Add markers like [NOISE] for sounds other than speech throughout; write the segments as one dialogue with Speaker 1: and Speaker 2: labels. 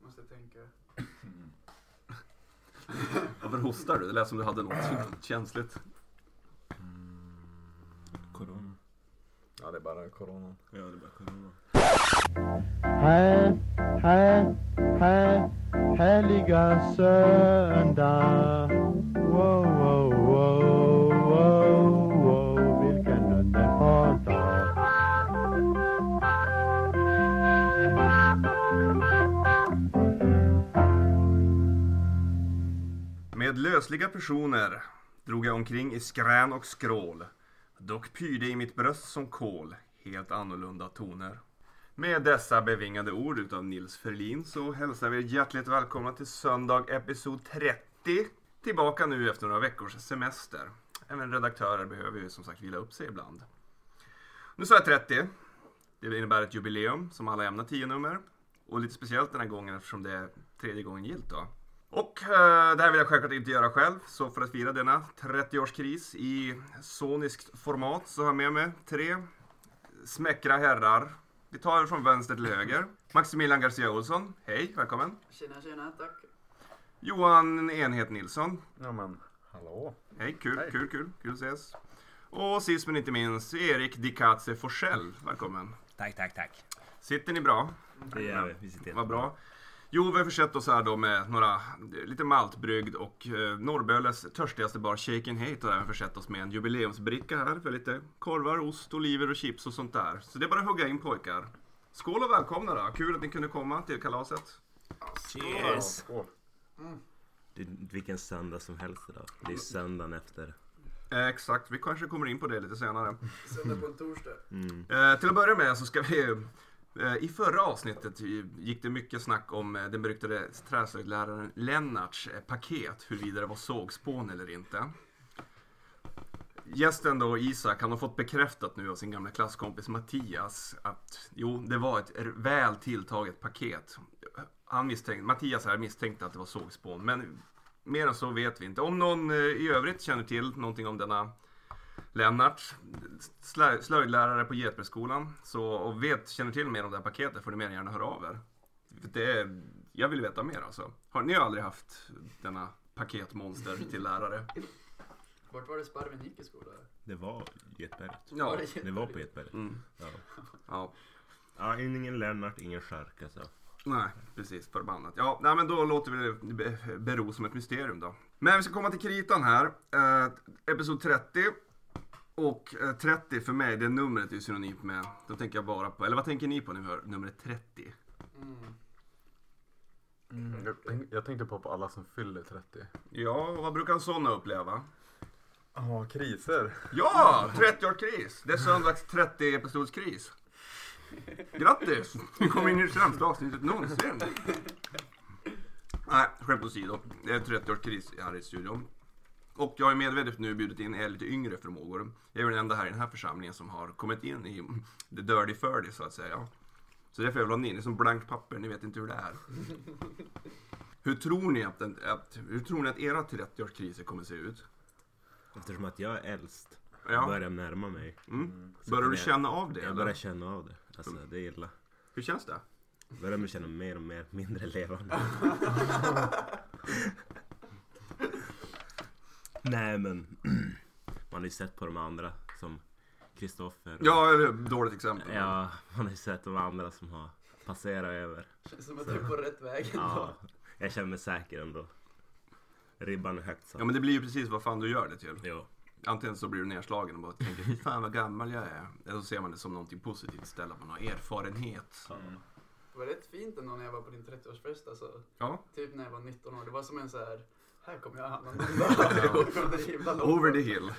Speaker 1: måste tänka.
Speaker 2: Varför hostar du? Det lät som du hade
Speaker 3: Mm.
Speaker 2: något känsligt.
Speaker 4: Corona.
Speaker 3: Ja, det är bara coronan.
Speaker 4: Ja, det är bara corona.
Speaker 5: Här, här, här, härliga söndag. Wow, wow, wow, wow, wow, vilken underbar dag.
Speaker 2: Med lösliga personer drog jag omkring i skrän och skrål. Dock pyrde i mitt bröst som kol helt annorlunda toner. Med dessa bevingade ord utav Nils Ferlin så hälsar vi er hjärtligt välkomna till söndag episod 30. Tillbaka nu efter några veckors semester. Även redaktörer behöver ju som sagt vila upp sig ibland. Nu sa jag 30. Det innebär ett jubileum som alla ämnar 10 nummer. Och lite speciellt den här gången eftersom det är tredje gången gilt då. Och eh, det här vill jag självklart inte göra själv, så för att fira denna 30-årskris i soniskt format så har jag med mig tre smäckra herrar. Vi tar från vänster till höger. Maximilian Garcia Olsson, hej, välkommen.
Speaker 6: Tjena, tjena, tack.
Speaker 2: Johan Enhet Nilsson,
Speaker 3: Ja, men hallå.
Speaker 2: hej, kul,
Speaker 3: Hej.
Speaker 2: kul, kul, kul att ses. Och sist men inte minst, Erik Dikatse Forsell, välkommen.
Speaker 4: Tack, tack, tack.
Speaker 2: Sitter ni bra?
Speaker 4: Det gör vi. Vi sitter
Speaker 2: Vad bra. Jo, vi har försett oss här då med några, eh, lite maltbrygd och eh, Norrböles törstigaste bar Shaken Hate har även försett oss med en jubileumsbricka här för lite korvar, ost, oliver och chips och sånt där. Så det är bara att hugga in pojkar. Skål och välkomna då! Kul att ni kunde komma till kalaset.
Speaker 4: Cheers!
Speaker 3: Skål.
Speaker 4: Du, vilken söndag som helst idag. Det är söndagen efter.
Speaker 2: Eh, exakt, vi kanske kommer in på det lite senare.
Speaker 6: Söndag på en torsdag.
Speaker 2: Eh, till att börja med så ska vi... Eh, I förra avsnittet gick det mycket snack om eh, den beryktade träslöjdläraren Lennarts eh, paket, huruvida det var sågspån eller inte. Gästen då, Isak, han har fått bekräftat nu av sin gamla klasskompis Mattias att jo, det var ett r- väl tilltaget paket. Han misstänkte, Mattias här misstänkte att det var sågspån, men mer än så vet vi inte. Om någon eh, i övrigt känner till någonting om denna Lennart, slö- slöjdlärare på Getbergsskolan. Så, och vet, känner till mer om det här paketet får ni mer än gärna höra av er. För Det, är- jag vill veta mer alltså. Har ni har aldrig haft denna paketmonster till lärare?
Speaker 6: Vart var det sparven gick i skolan?
Speaker 4: Det var Getberget.
Speaker 2: [LAUGHS] Ja.
Speaker 4: Det var på Getberget. Ja.
Speaker 2: Ja,
Speaker 4: ja, ingen Lennart, ingen Chark alltså.
Speaker 2: nej, precis. Förbannat. Ja, nej, men då låter vi det be- bero som ett mysterium då. Men vi ska komma till kritan här. Eh, episod 30. Och eh, 30 för mig, det numret är ju synonymt med, då tänker jag bara på, eller vad tänker ni på när vi hör numret 30?
Speaker 6: Mm.
Speaker 3: Jag, tänk, jag tänkte på, på alla som fyller 30.
Speaker 2: Ja, vad brukar sådana uppleva?
Speaker 3: Ja, kriser.
Speaker 2: Ja! 30-årskris! Det är söndags 30-episodskris. Grattis! Vi kom in i det sämsta avsnittet någonsin. Nej, skämt åsido. Det är 30-årskris här i studion. Och jag har ju medvetet nu bjudit in er lite yngre förmågor. Jag är ju den enda här i den här församlingen som har kommit in i the dirty 30 så att säga. Så därför vill jag ni, ni är som blankt papper, ni vet inte hur det är. Hur tror ni att, den, att, hur tror ni att era 30-årskriser kommer se ut?
Speaker 4: Eftersom att jag är äldst
Speaker 2: Ja.
Speaker 4: börjar närma mig.
Speaker 2: Mm.
Speaker 4: Så
Speaker 2: Börjar
Speaker 4: kan
Speaker 2: du
Speaker 4: jag-
Speaker 2: känna av det?
Speaker 4: Jag
Speaker 2: eller?
Speaker 4: börjar känna av det. Alltså det är illa.
Speaker 2: Hur känns det?
Speaker 4: Börjar mig känna mer och mer mindre levande. Nej men. Man har ju sett på de andra som Kristoffer. och-
Speaker 2: Ja, eller hur? dåligt exempel.
Speaker 4: ja. Man har ju sett de andra som har passerat över.
Speaker 6: Känns som att du är på rätt väg
Speaker 4: Ja.
Speaker 6: ändå.
Speaker 4: Jag känner mig säker ändå. Ribban är högt
Speaker 2: ja,
Speaker 4: satt.
Speaker 2: men det blir ju precis vad fan du gör det till.
Speaker 4: Jo.
Speaker 2: Antingen så blir du nedslagen och bara tänker fy fan vad gammal jag är. Eller så ser man det som någonting positivt istället, att man har erfarenhet.
Speaker 6: Det var rätt fint ändå när jag var på din 30-årsfest alltså.
Speaker 2: Ja.
Speaker 6: Typ när jag var 19 år. Det var som en så här, här kommer jag
Speaker 2: [LAUGHS]
Speaker 6: hamna någon dag. Från det himla långt.
Speaker 2: Over the hill.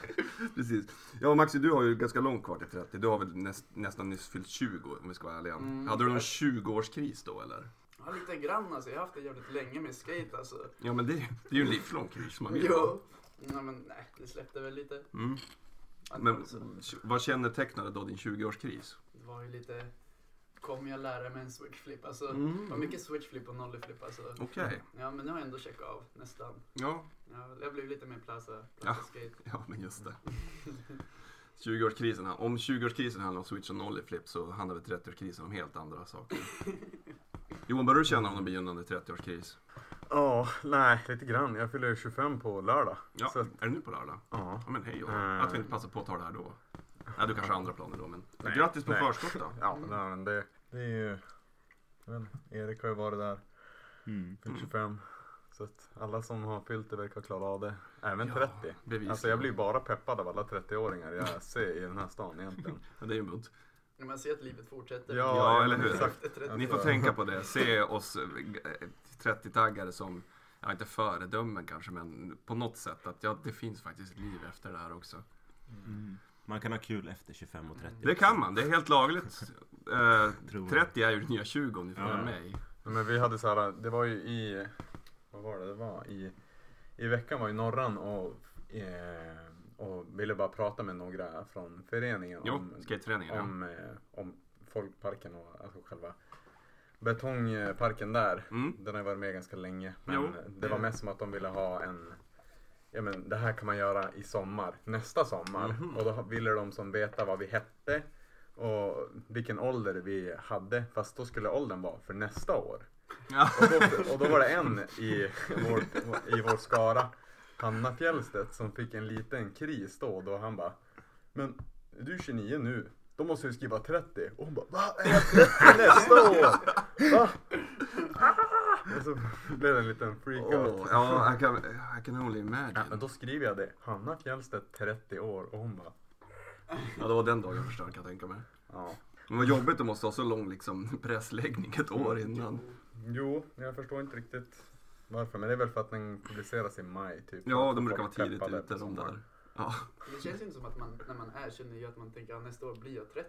Speaker 2: [LAUGHS] precis. Ja, Maxi, du har ju ganska långt kvar till 30. Du har väl näst, nästan nyss fyllt 20 om vi ska vara ärliga.
Speaker 6: Mm.
Speaker 2: Hade du någon 20-årskris då eller?
Speaker 6: Ja, lite grann alltså. Jag har haft det jävligt länge med skate alltså.
Speaker 2: Ja, men det, det är ju en livslång kris. Man vet.
Speaker 6: Jo. Nej men nej, det släppte väl lite.
Speaker 2: Mm.
Speaker 6: Att
Speaker 2: Men
Speaker 6: alltså,
Speaker 2: vad kännetecknade då din 20-årskris?
Speaker 6: Det var ju lite, kommer jag lära mig en switchflip? Alltså,
Speaker 2: Mm.
Speaker 6: det var mycket switchflip och nollyflip alltså.
Speaker 2: Okej.
Speaker 6: Ja men nu har jag ändå checkat av, nästan.
Speaker 2: Ja,
Speaker 6: Ja, jag blev lite mer plaza,
Speaker 2: Ja.
Speaker 6: plaza skate.
Speaker 2: [LAUGHS] Ja, men just det.
Speaker 3: [LAUGHS]
Speaker 2: 20-årskrisen, om 20-årskrisen handlar om switch och nollyflip så handlar väl 30-årskrisen om helt andra saker. Johan, börjar du känna av någon begynnande 30-årskris?
Speaker 3: Ja, nej, lite grann. Jag fyller 25 på lördag.
Speaker 2: Ja,
Speaker 3: Så att,
Speaker 2: är det nu på lördag?
Speaker 3: ja.
Speaker 2: Ja men hej Johan.
Speaker 3: Mm.
Speaker 2: Att vi inte passar på att ta det här då. Nej, du kanske har andra planer då men. Grattis på
Speaker 3: Nej.
Speaker 2: förskott då.
Speaker 3: Ja, nej, men det, det är ju... Jag vet inte, Erik har ju varit där,
Speaker 4: Mm.
Speaker 3: fyllt 25. Så att alla som har fyllt det verkar klara av det. Även
Speaker 2: Ja,
Speaker 3: 30.
Speaker 2: bevisligen.
Speaker 3: Alltså jag blir bara peppad av alla 30-åringar jag ser i den här
Speaker 2: [LAUGHS]
Speaker 3: stan egentligen.
Speaker 2: Men det är ju bunt.
Speaker 6: När man ser att livet fortsätter.
Speaker 3: Ja,
Speaker 2: eller hur?
Speaker 3: exakt. Alltså,
Speaker 6: Efter
Speaker 2: Ni
Speaker 6: 30.
Speaker 2: får tänka på det. Se oss eh, 30-taggare som, ja inte föredömen kanske men på något sätt att ja det finns faktiskt liv efter det här också.
Speaker 4: Man kan ha kul efter 25 och 30.
Speaker 2: Det kan man, det är helt lagligt. Eh,
Speaker 4: Tror jag.
Speaker 2: 30 är ju det nya 20 om ni frågar
Speaker 4: Ja.
Speaker 2: mig.
Speaker 3: Nej, Men vi hade så här, det var ju i, vad var det, det var i, i veckan var ju Norran och, eh, och ville bara prata med några från föreningen
Speaker 2: Jo,
Speaker 3: om,
Speaker 2: skateträningen ja.
Speaker 3: om, eh, om folkparken och alltså själva betongparken där.
Speaker 2: Mm.
Speaker 3: Den har ju varit med ganska länge. Men
Speaker 2: Jo,
Speaker 3: det var
Speaker 2: det-
Speaker 3: mest som att de ville ha en Ja men det här kan man göra i sommar, nästa sommar.
Speaker 2: Mhm.
Speaker 3: Och då ville de som veta vad vi hette och vilken ålder vi hade. Fast då skulle åldern vara för nästa år.
Speaker 2: Ja.
Speaker 3: Och då, och då var det en i vår, i vår skara, Hanna Fjällstedt, som fick en liten kris då. Då han bara, men du är 29 nu, då måste du skriva 30. Och hon bara, va? Är jag 30 nästa år? Va? Ah! Och så blev det en liten freakout.
Speaker 2: Åh, ja, I can, I can only
Speaker 3: Ja, men
Speaker 2: imagine.
Speaker 3: då skriver jag det, Hanna Fjällstedt 30 år och hon bara,
Speaker 2: Ja, det var den dagen jag förstörde kan jag tänka mig.
Speaker 3: ja.
Speaker 2: Men vad jobbigt att måste ha så lång liksom, [LAUGHS] pressläggning ett år innan.
Speaker 3: Jo, jag förstår inte riktigt varför. Men det är väl för att den publiceras i maj typ.
Speaker 2: Ja, de brukar vara
Speaker 3: Folk
Speaker 2: tidigt
Speaker 3: peppade
Speaker 2: ute
Speaker 3: på
Speaker 2: de
Speaker 3: sommaren.
Speaker 2: där. Ja.
Speaker 6: Det känns inte som att man, när man är 29, att man tänker att nästa år blir jag 30.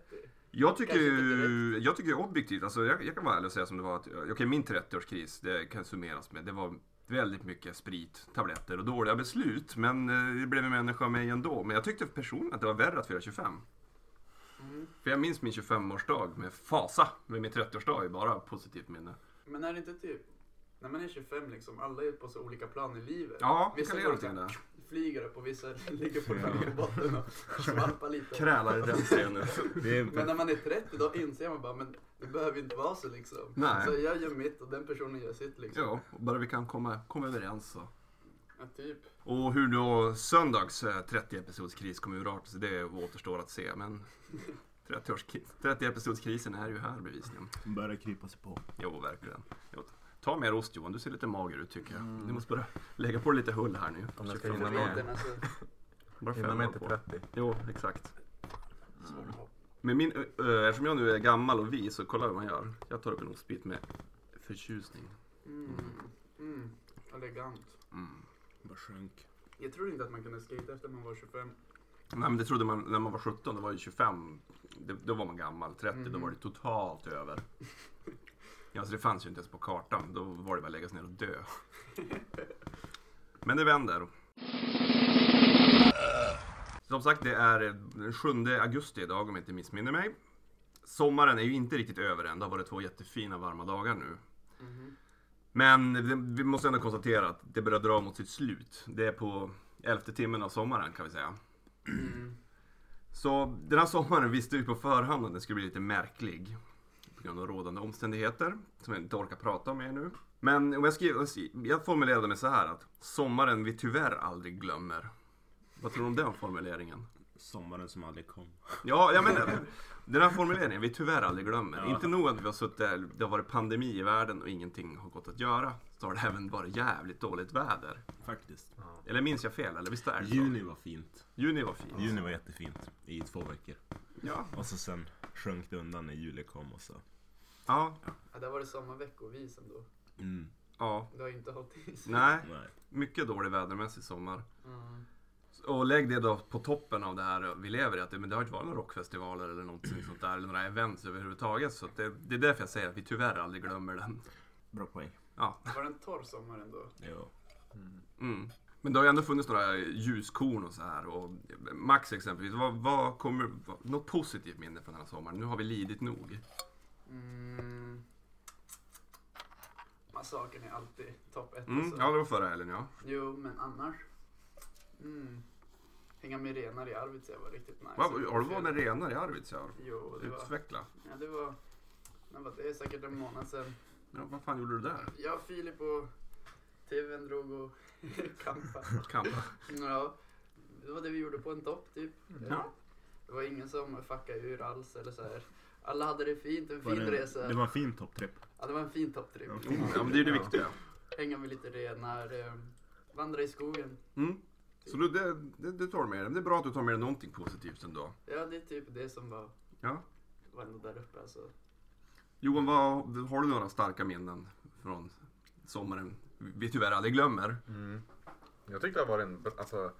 Speaker 2: Jag tycker
Speaker 6: Kanske
Speaker 2: ju jag tycker ju objektivt, alltså jag, jag kan vara ärlig och säga som det var att, eh, okej min 30-årskris, det kan summeras med, det var väldigt mycket sprit, tabletter och dåliga beslut. Men eh, det blev en människa av mig ändå. Men jag tyckte personligen att det var värre att fira 25.
Speaker 6: Mm.
Speaker 2: För jag minns min 25-årsdag med fasa, men min 30-årsdag är bara positivt minne.
Speaker 6: Men är det inte typ, när man är 25 liksom, alla är på så olika plan i livet.
Speaker 2: Ja, vi
Speaker 6: Vissa
Speaker 2: kan göra
Speaker 6: går
Speaker 2: någonting där.
Speaker 6: och flyger upp och vissa [LAUGHS] ligger fortfarande på botten och
Speaker 2: [LAUGHS]
Speaker 6: svampar lite.
Speaker 2: Krälar i den scenen.
Speaker 4: Det är
Speaker 6: Men när man är 30 då inser man bara, men det behöver ju inte vara så liksom.
Speaker 2: Nej.
Speaker 6: Så jag gör mitt och den personen gör sitt liksom.
Speaker 2: [LAUGHS] Ja, bara vi kan komma, komma överens så.
Speaker 6: Ja, typ.
Speaker 2: Och hur då söndags eh, 30-episodskris kommer urarta sig, det återstår att se. Men 30-årskri- 30-episodskrisen är ju här bevisligen.
Speaker 4: börjar krypa sig på.
Speaker 2: Jo, verkligen. Jo, ta mer ost Johan, du ser lite mager ut tycker jag. Du måste bara lägga på lite hull här nu.
Speaker 3: Om jag ska
Speaker 2: Tjugofem
Speaker 3: hinna
Speaker 2: år
Speaker 3: med.
Speaker 2: kvar.
Speaker 6: Vintern, alltså.
Speaker 2: Bara
Speaker 3: Innan
Speaker 2: fem
Speaker 3: man
Speaker 2: år
Speaker 3: inte är
Speaker 2: på.
Speaker 3: 30.
Speaker 2: Jo, exakt. Men min, ö, ö, eftersom jag nu är gammal och vis så kolla hur man gör. Jag tar upp en ostbit med förtjusning.
Speaker 6: Mm. Mm. Elegant.
Speaker 2: Mm.
Speaker 4: Bara sjönk.
Speaker 6: Jag tror inte att man kunde skate efter man var 25.
Speaker 2: Nej men det trodde man när man var 17, det var ju 25, det, då var man gammal. 30, då
Speaker 6: Mhm.
Speaker 2: var det totalt över. Ja, så det fanns ju inte ens på kartan. Då var det bara att lägga sig ner och dö. Men det vänder. Som sagt, det är den 7 augusti idag om jag inte missminner mig. Sommaren är ju inte riktigt över än. Det har varit två jättefina varma dagar nu.
Speaker 6: Mhm.
Speaker 2: Men det- vi måste ändå konstatera att det börjar dra mot sitt slut. Det är på elfte timmen av sommaren kan vi säga.
Speaker 6: Mm.
Speaker 2: Så den här sommaren visste vi på förhand att den skulle bli lite märklig. På grund av rådande omständigheter som jag inte orkar prata om er nu. Men om jag, skrev, jag formulerade mig så här att sommaren vi tyvärr aldrig glömmer. Vad tror du om den formuleringen?
Speaker 4: Sommaren som aldrig kom.
Speaker 2: Ja, jag menar den här formuleringen, vi tyvärr aldrig glömmer.
Speaker 4: Ja.
Speaker 2: Inte nog att vi har suttit där, det har varit pandemi i världen och ingenting har gått att göra. Så har det även varit jävligt dåligt väder.
Speaker 4: Faktiskt.
Speaker 2: Eller minns jag fel? Eller visst är det så?
Speaker 4: Juni var fint.
Speaker 2: Juni var fint.
Speaker 4: Juni var jättefint. I två veckor.
Speaker 2: Ja.
Speaker 4: Och så sen sjönk det undan när juli kom och så.
Speaker 2: Ja.
Speaker 6: Ja, där var det samma veckovis ändå.
Speaker 4: Mm.
Speaker 2: ja.
Speaker 6: Det har ju inte hållit i sig.
Speaker 2: Nej.
Speaker 4: Nej.
Speaker 2: Mycket dålig vädermässig sommar.
Speaker 6: Mm.
Speaker 2: Och lägg det då på toppen av det här vi lever i, att det, men det har inte varit några rockfestivaler eller
Speaker 6: Mm.
Speaker 2: någonting sånt där, eller några events överhuvudtaget. Så att det, det är därför jag säger att vi tyvärr aldrig glömmer den.
Speaker 4: Bra poäng.
Speaker 2: Ja.
Speaker 6: Var det en torr sommar ändå?
Speaker 4: Jo.
Speaker 2: Mm. Men det har ju ändå funnits några ljuskorn och så här. Och Max exempelvis, vad, vad kommer, vad, något positivt minne från den här sommaren? Nu har vi lidit nog.
Speaker 6: Mm. Massakern är alltid topp ett.
Speaker 2: Mm,
Speaker 6: alltså.
Speaker 2: ja, det var förra helgen ja.
Speaker 6: Jo, men annars. Mm. Hänga med renar i Arvidsjaur var riktigt nice.
Speaker 2: Va, har du varit med renar i Arvidsjaur?
Speaker 6: Jo, det var,
Speaker 2: Utveckla.
Speaker 6: ja, det var, det var... Det är säkert en månad sedan.
Speaker 2: Ja, vad fan gjorde du där?
Speaker 6: Jag och Filip och tvn drog och [LAUGHS] kampa.
Speaker 2: Kampa.
Speaker 6: Ja, det var det vi gjorde på en topp typ.
Speaker 4: Mm.
Speaker 2: Ja.
Speaker 6: Det var ingen som fuckade ur alls eller så här. Alla hade det fint, en
Speaker 4: Var
Speaker 6: fin
Speaker 4: det,
Speaker 6: resa.
Speaker 4: det var en fin topptripp.
Speaker 6: Ja, det var en fin topptrip.
Speaker 4: Ja, fin.
Speaker 2: Mm, Ja, men det är det viktiga.
Speaker 6: Hänga med lite renar, eh, vandra i skogen.
Speaker 2: Mm. Så du, det, det, det tar du med dig. Men Det är bra att du tar med dig någonting positivt ändå.
Speaker 6: Ja, det är typ det som var,
Speaker 2: Ja.
Speaker 6: var ändå där uppe alltså.
Speaker 2: Johan, vad, har du några starka minnen från sommaren vi tyvärr aldrig glömmer?
Speaker 3: Mm. Jag tyckte det var en, br- alltså,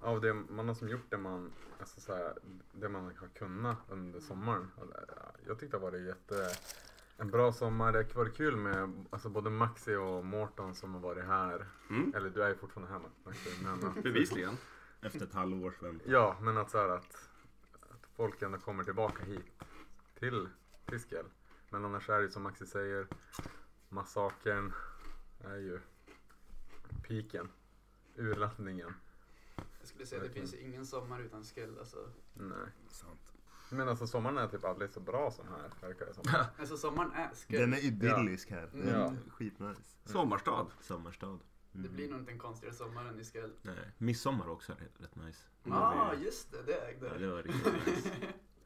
Speaker 3: av det man har som gjort det man, alltså så här, det man har kunnat under sommaren. Jag tyckte det var jätte, en bra sommar. Det var kul med alltså, både Maxi och Mårten som har varit här.
Speaker 2: Mm.
Speaker 3: Eller du är ju fortfarande här Maxi. Men, att-
Speaker 4: Mm.
Speaker 2: Bevisligen.
Speaker 4: Efter ett halvårs väntan.
Speaker 3: ja, men att, så här, att, att folk ändå kommer tillbaka hit till Tiskel. Men annars är det ju som Maxi säger, massakern är ju piken, urladdningen.
Speaker 6: Jag skulle säga att det finns ingen sommar utan skuld alltså.
Speaker 3: Nej.
Speaker 4: Sant.
Speaker 3: Men alltså sommaren är typ aldrig så bra som här verkar det som.
Speaker 6: Alltså sommaren är skuld.
Speaker 1: Den är idyllisk här. Den är
Speaker 3: Ja.
Speaker 1: skitnice.
Speaker 2: Sommarstad.
Speaker 4: Sommarstad.
Speaker 6: Det
Speaker 4: Mm.
Speaker 6: blir nog inte en konstigare sommar än i skuld.
Speaker 4: Nej. Midsommar också är rätt, rätt nice.
Speaker 6: Ja, ah, just det, det ägde.
Speaker 4: Ja, det var riktigt [LAUGHS] nice.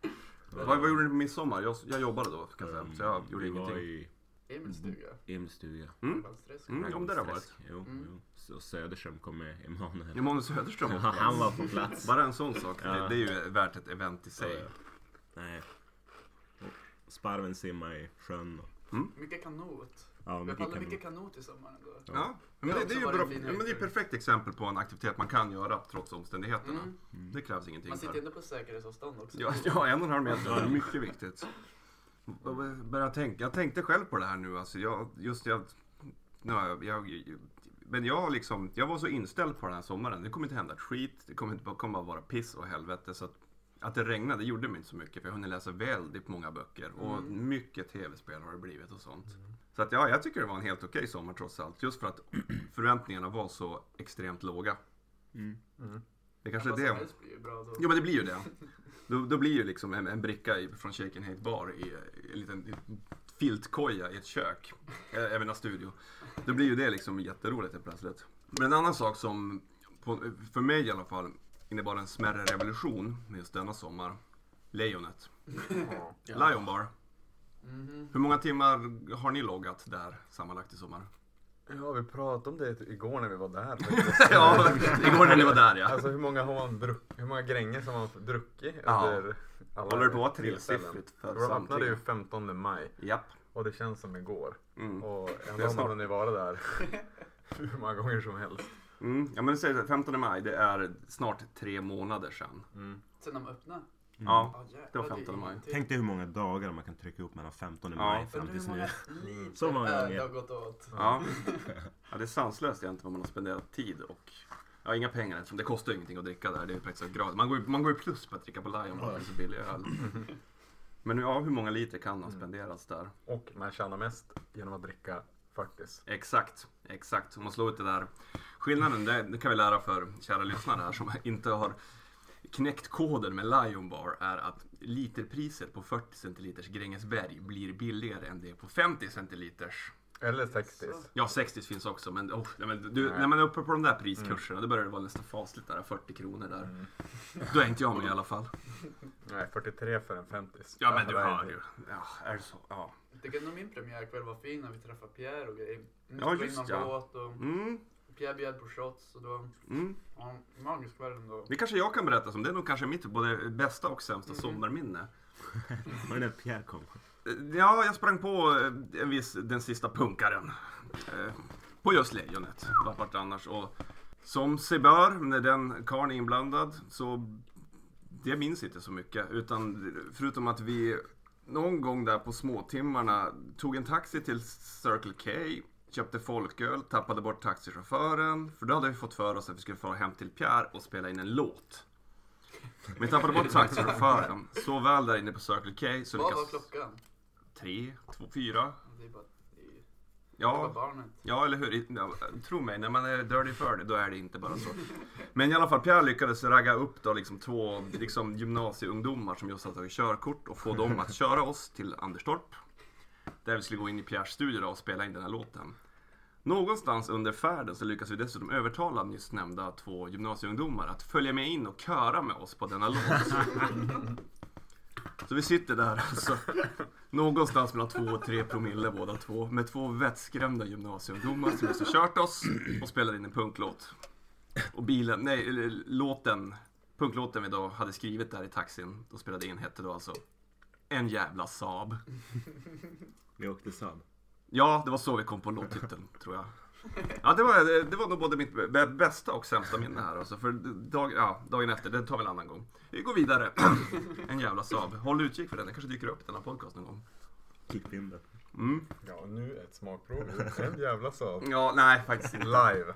Speaker 4: Ehm,
Speaker 2: Vad, vad gjorde ni på midsommar? Jag, jag jobbade då kan jag säga. Så jag gjorde
Speaker 4: vi
Speaker 2: ingenting.
Speaker 4: Mm. var i
Speaker 6: Emils
Speaker 4: Mm.
Speaker 6: stuga.
Speaker 4: Emils stuga.
Speaker 2: Mm.
Speaker 6: Vallsträsk.
Speaker 2: Mm, om det där varit.
Speaker 4: Jo,
Speaker 6: Mm.
Speaker 4: jo. Så Söderström kom med Emanuel.
Speaker 2: Emanuel Söderström
Speaker 4: Ja,
Speaker 2: också.
Speaker 4: [LAUGHS] han var på plats.
Speaker 2: Bara en sån sak.
Speaker 4: Ja.
Speaker 2: Det, det är ju värt ett event i sig.
Speaker 4: Nej. Och sparven simmade i sjön. Och,
Speaker 6: Mycket kanot.
Speaker 4: ja,
Speaker 6: Jag
Speaker 4: mycket
Speaker 6: kollar
Speaker 4: kanon.
Speaker 6: mycket kanot i sommar ändå.
Speaker 4: Ja.
Speaker 2: Ja, men
Speaker 6: Jag har
Speaker 2: det, det är ju
Speaker 6: också
Speaker 2: bra.
Speaker 6: varit
Speaker 2: Ja,
Speaker 6: en fin
Speaker 2: men det är ett
Speaker 6: höjdtur.
Speaker 2: perfekt exempel på en aktivitet man kan göra trots omständigheterna.
Speaker 6: Mm.
Speaker 2: Det krävs ingenting
Speaker 6: Man sitter
Speaker 2: för.
Speaker 6: ändå på säkerhetsavstånd också.
Speaker 2: Ja, [LAUGHS] ja, en och en halv meter. Det är mycket viktigt. Jag, börjar tänka, jag tänkte själv på det här nu. Alltså jag, just jag, nu har jag, jag, men jag, liksom, jag var så inställd på den här sommaren. Det kommer inte hända ett skit. Det kommer, inte, bara- kommer bara vara piss och helvete. Så att, att det regnade gjorde mig inte så mycket. För jag har hunnit läsa väldigt många böcker. Och mycket tv-spel har det blivit och sånt. Så att, ja, jag tycker det var en helt okej sommar trots allt. Just för att [CLEARS THROAT] förväntningarna var så extremt låga.
Speaker 6: typ-
Speaker 3: Mm.
Speaker 2: Det kanske är
Speaker 6: Vad
Speaker 2: det.
Speaker 6: som helst blir ju bra då.
Speaker 2: Jo men det blir ju det. Då, då blir ju liksom en, en bricka i, från Shaken Hate Bar i, i en liten filtkoja i ett kök. Eh, Även en studio. Då blir ju det liksom jätteroligt helt plötsligt. Men en annan sak som, på, för mig i alla fall, innebar en smärre revolution just denna sommar. Lejonet.
Speaker 3: Ja.
Speaker 2: Lion Bar.
Speaker 6: Mhm.
Speaker 2: Hur många timmar har ni loggat där sammanlagt i
Speaker 3: [LAUGHS]
Speaker 2: sommar?
Speaker 3: [LAUGHS] ja, vi pratade om det typ igår när vi var
Speaker 2: [LAUGHS]
Speaker 3: där. faktiskt.
Speaker 2: ja, igår när ni var där ja.
Speaker 3: Alltså hur många har man druck, hur många gränger som har man druckit
Speaker 2: Ja.
Speaker 3: under alla
Speaker 2: Håller det på att vara
Speaker 3: tillfällen?
Speaker 2: tresiffrigt för
Speaker 3: De öppnade
Speaker 2: samtliga?
Speaker 3: ju 15 maj
Speaker 2: Japp.
Speaker 3: och det känns som igår.
Speaker 2: Mm.
Speaker 3: Och
Speaker 2: Det är
Speaker 3: ändå har
Speaker 2: snart.
Speaker 3: man hunnit vara
Speaker 2: [LAUGHS]
Speaker 3: där [LAUGHS] hur många gånger som helst.
Speaker 2: Mm. Ja men det säger så här, 15 maj, det är snart tre månader sedan.
Speaker 3: Mm.
Speaker 6: Sen de öppnade.
Speaker 2: Ja.
Speaker 6: Ja, jävlar,
Speaker 2: Det var
Speaker 6: är
Speaker 2: 15 maj.
Speaker 6: ingenting.
Speaker 4: Tänk dig hur många dagar man kan trycka upp mellan 15
Speaker 2: Ja.
Speaker 4: maj fram
Speaker 6: Undrar hur
Speaker 4: tills nu.
Speaker 6: många liv
Speaker 4: Så många
Speaker 6: öl
Speaker 4: gånger.
Speaker 6: det har gått åt.
Speaker 2: Ja. ja, det är sanslöst egentligen vad man har spenderat tid och ja, inga pengar eftersom det kostar ju ingenting att dricka där. Det är ju praktiskt taget gratis. Man går ju man går ju plus på att dricka på Lion Bar, det är så billig öl. Men ja, hur många liter kan ha spenderats där?
Speaker 3: Och man tjänar mest genom att dricka faktiskt.
Speaker 2: Exakt, exakt. Om man slår ut det där. Skillnaden, det, det kan vi lära för kära lyssnare här som inte har knäckt koden med Lion Bar är att literpriset på 40 centiliters Grängesberg blir billigare än det på 50 centiliters
Speaker 3: Eller 60
Speaker 6: Så.
Speaker 2: Ja, 60 finns också, men, oh, nej, Mm. men du,
Speaker 3: Nej.
Speaker 2: när man är uppe på de där priskurserna då börjar det vara nästan fasligt där, 40 kronor där. Då är inte jag med i alla fall.
Speaker 3: Nej, 43 för en 50
Speaker 2: Ja, men du hör ju. Ja, är det så? Ja.
Speaker 6: Det kunde nog min premiärkväll vara fin när vi träffade Pierre och grejer. Mm,
Speaker 2: Ja,
Speaker 6: spela in
Speaker 2: just
Speaker 6: någon
Speaker 2: ja.
Speaker 6: båt och
Speaker 2: Mm,
Speaker 6: Pierre bjöd på shots och det var
Speaker 2: mm.
Speaker 6: ja, en magisk kväll ändå.
Speaker 2: Det kanske jag kan berätta som, det är nog kanske mitt både bästa och sämsta sommarminne.
Speaker 4: [LAUGHS] Var det när Pierre kom?
Speaker 2: Eh, Ja, jag sprang på eh, en viss, den sista punkaren. Eh, På just Lejonet, vart vart annars. Och som sig bör, när den karln är inblandad, så det minns inte så mycket. Utan förutom att vi någon gång där på småtimmarna tog en taxi till Circle K, köpte folköl, tappade bort taxichauffören. För då hade vi fått för oss att vi skulle fara hem till Pierre och spela in en låt. Men tappade bort taxichauffören, såväl där inne på Circle K så
Speaker 6: Vad var
Speaker 2: lyckas-
Speaker 6: klockan?
Speaker 2: tre, två, fyra.
Speaker 6: Det är bara, det är, det var
Speaker 2: Ja,
Speaker 6: barnet.
Speaker 2: ja eller hur? Ja, tro mig, när man är dirty för det, då är det inte bara så. Men i alla fall, Pierre lyckades ragga upp då liksom två liksom, gymnasieungdomar som just hade tagit körkort och få dem att köra oss till Anderstorp. Där vi skulle gå in i Pierres studio idag och spela in den här låten. Någonstans under färden så lyckas vi dessutom övertala nyss nämnda två gymnasieungdomar att följa med in och köra med oss på denna låt. Så vi sitter där alltså, någonstans mellan 2 och 3 promille båda två, med två vettskrämda gymnasieungdomar som just har kört oss och spelar in en punklåt. Och bilen, nej, eller låten, punklåten vi då hade skrivit där i taxin och spelade in hette då alltså En jävla Saab.
Speaker 4: Vi åkte Saab.
Speaker 2: Ja, det var så vi kom på låttiteln, tror jag. Ja, det var, det- det var nog både mitt bä- bästa och sämsta minne här alltså. För dag, ja, dagen efter, det tar vi en annan gång. Vi går vidare. En jävla Saab. Håll utkik för den, den kanske dyker upp i denna podcast någon gång.
Speaker 4: Kickbinden.
Speaker 2: Mm.
Speaker 3: Ja, nu ett smakprov. En jävla sak.
Speaker 2: Ja, nej faktiskt inte.
Speaker 3: Live.